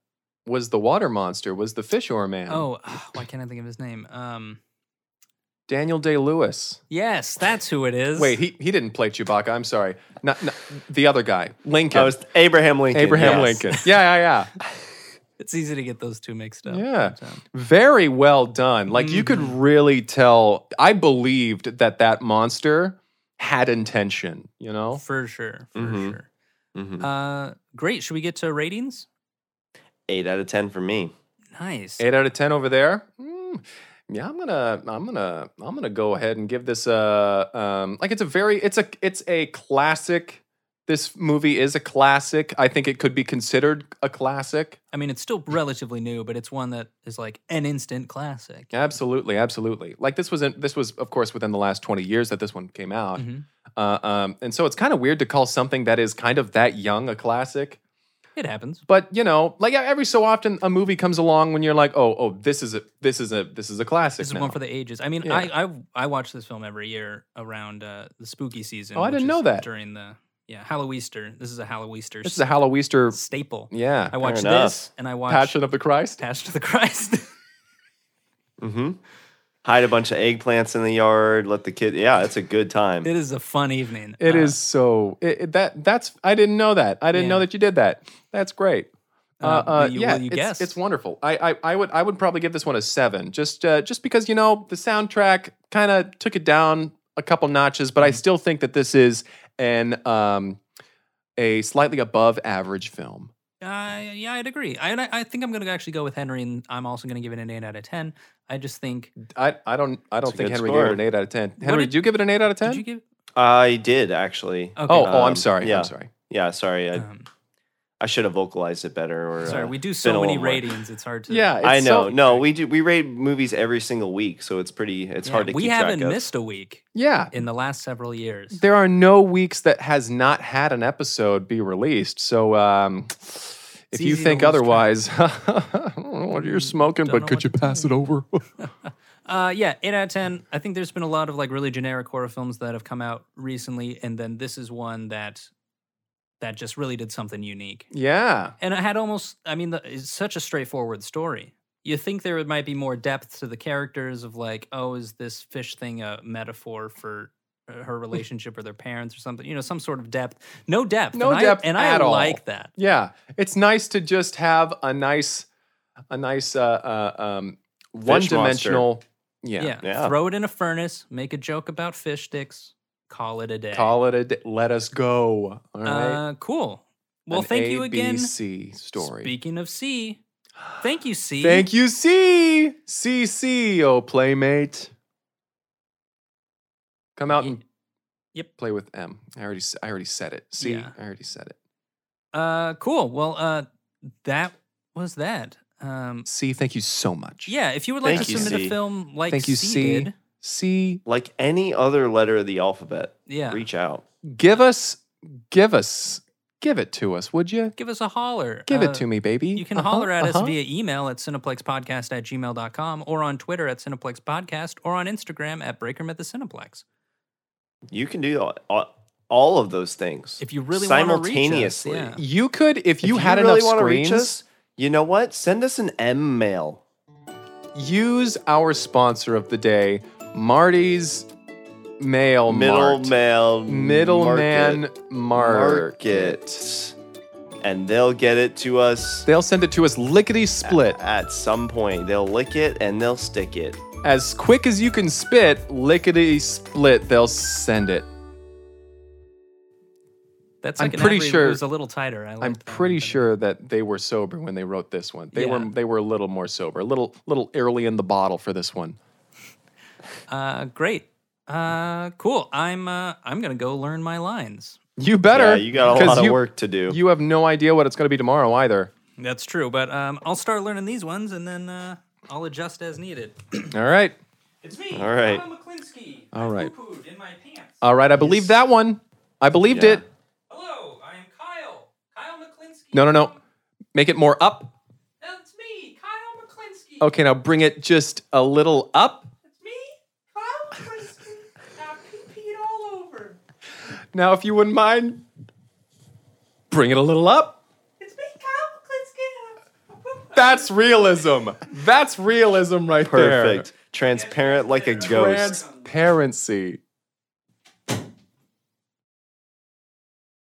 was the water monster, was the fish or man. Oh, why can't I think of his name? Um, Daniel Day Lewis. yes, that's who it is. Wait, he, he didn't play Chewbacca. I'm sorry. Not, not the other guy, Lincoln. I was Abraham Oh, Lincoln. Abraham yes. Lincoln. Yeah, yeah, yeah. it's easy to get those two mixed up. Yeah. sometimes. Very well done. Like you could really tell. I believed that that monster had intention. You know. for sure, for Mhm. sure. Mhm. Uh, great. Should we get to ratings? Eight out of ten for me. Nice. Eight out of ten over there. Mm, yeah, I'm gonna, I'm gonna, I'm gonna go ahead and give this a um, like it's a very, it's a, it's a classic. This movie is a classic. I think it could be considered a classic. I mean, it's still relatively new, but it's one that is like an instant classic. Absolutely, absolutely. Like this was, in, this was of course within the last 20 years that this one came out. Mhm. Uh, um, and so it's kind of weird to call something that is kind of that young a classic. It happens. But you know, like every so often a movie comes along when you're like, oh, oh, this is a, this is a, this is a classic. This is now. one for the ages. I mean, Yeah. I, I I watch this film every year around uh, the spooky season. Oh, I which didn't is know that. during the yeah Halloweester. This is a Halloweester This is a Halloweester. staple. Yeah. I watch enough. this and I watch Passion of the Christ. Passion of the Christ. Mm-hmm. Hide a bunch of eggplants in the yard. Let the kid. Yeah, it's a good time. it is a fun evening. It is Uh, so it, it- that that's I didn't know that. I didn't know Yeah. that you did that. That's great. Uh, Uh, uh, will you- yeah, will you it's, guess? it's wonderful. I, I I would I would probably give this one a seven, just uh, just because you know the soundtrack kind of took it down a couple notches, Mm-hmm. but I still think that this is an um a slightly above average film. Uh, yeah, I'd agree. I, and I I think I'm going to actually go with Henry, and I'm also going to give it an eight out of ten. I just think I, I don't I don't a think good Henry score. gave it an eight out of ten. Henry, did- did, you give it an eight out of ten? did you give? I did actually. Okay. oh, oh, Um, I'm sorry. yeah. I'm sorry. Yeah, sorry. I, um, I should have vocalized it better. Or sorry, uh, we do been so a many little more. ratings. It's hard to. Yeah, it's I know. so- no, we do. We rate movies every single week, so it's pretty. It's Yeah, hard to we keep haven't track of. missed a week yeah, in the last several years. there are no weeks that has not had an episode be released. So um, if you easy to think lose Hmm. otherwise, I don't know what you're smoking, Don't but know could what you to pass it over? Uh, yeah, eight out of ten. I think there's been a lot of like really generic horror films that have come out recently, and then this is one that that just really did something unique. yeah, And I had almost, I mean, the, it's such a straightforward story. You think there might be more depth to the characters of like, oh, is this fish thing a metaphor for uh, her relationship or their parents or something? You know, some sort of depth. No depth. No and depth I, and at I all. like that. yeah. It's nice to just have a nice, a nice, uh, uh, um, one-dimensional. Yeah. Yeah. Yeah. Throw it in a furnace. Make a joke about fish sticks. Call it a day. Call it a day. Let us go. All right. Uh, cool. Well, An thank you again. ABC story. Speaking of C, thank you, C. Thank you, C. C, C, oh playmate. Come out and Yep. play with M. I already, s- I already said it. C, I Yeah. already said it. Uh, cool. Well, uh, that was that. Um, C, thank you so much. Yeah, if you would like Thank to you, submit C. a film like Thank you, C, C. did, C, Like any other letter of the alphabet, yeah, reach out. give us, give us, give it to us, would you? give us a holler. Uh, Give it to me, baby. You can Uh-huh, holler at uh-huh. us via email at cineplexpodcast at gmail.com or on Twitter at cineplexpodcast or on Instagram at breakermyth the cineplex. You can do all, all, all of those things If you really wanna reach us, simultaneously. yeah. You could, if you had really enough wanna reach screens, us, you know what? Send us an M mail. use our sponsor of the day, Marty's Mail Middle Mart. mail. Middleman Mart. market. And they'll get it to us They'll send it to us lickety split. at some point. They'll lick it and they'll stick it. As quick as you can spit, lickety split, they'll send it. That's I'm like an pretty ad read sure- that was a little tighter. I I'm liked that one pretty better. sure that they were sober when they wrote this one. They were Yeah. they were a little more sober, a little little early in the bottle for this one. Uh, great. Uh, cool. I'm uh, I'm gonna go learn my lines. You Yeah, better. you got a 'cause lot you, of work to do. You have no idea what it's going to be tomorrow either. That's true, but um, I'll start learning these ones and then uh, I'll adjust as needed. All right, It's me. All right. Kyle McClinsky. All I right. poo-pooed in my pants. all right. I believe that one. I believed Yeah. it. Hello, I am Kyle. Kyle McClinsky. No, no, no. from- Make it more up. That's me, Kyle McClinsky. Okay, now bring it just a little up. That's me, Kyle McClinsky. I pee-peed all over. Now, if you wouldn't mind, bring it a little up. It's me, Kyle McClinsky. I- I- That's realism. That's realism right there. Perfect. Transparent like a ghost. Transparency.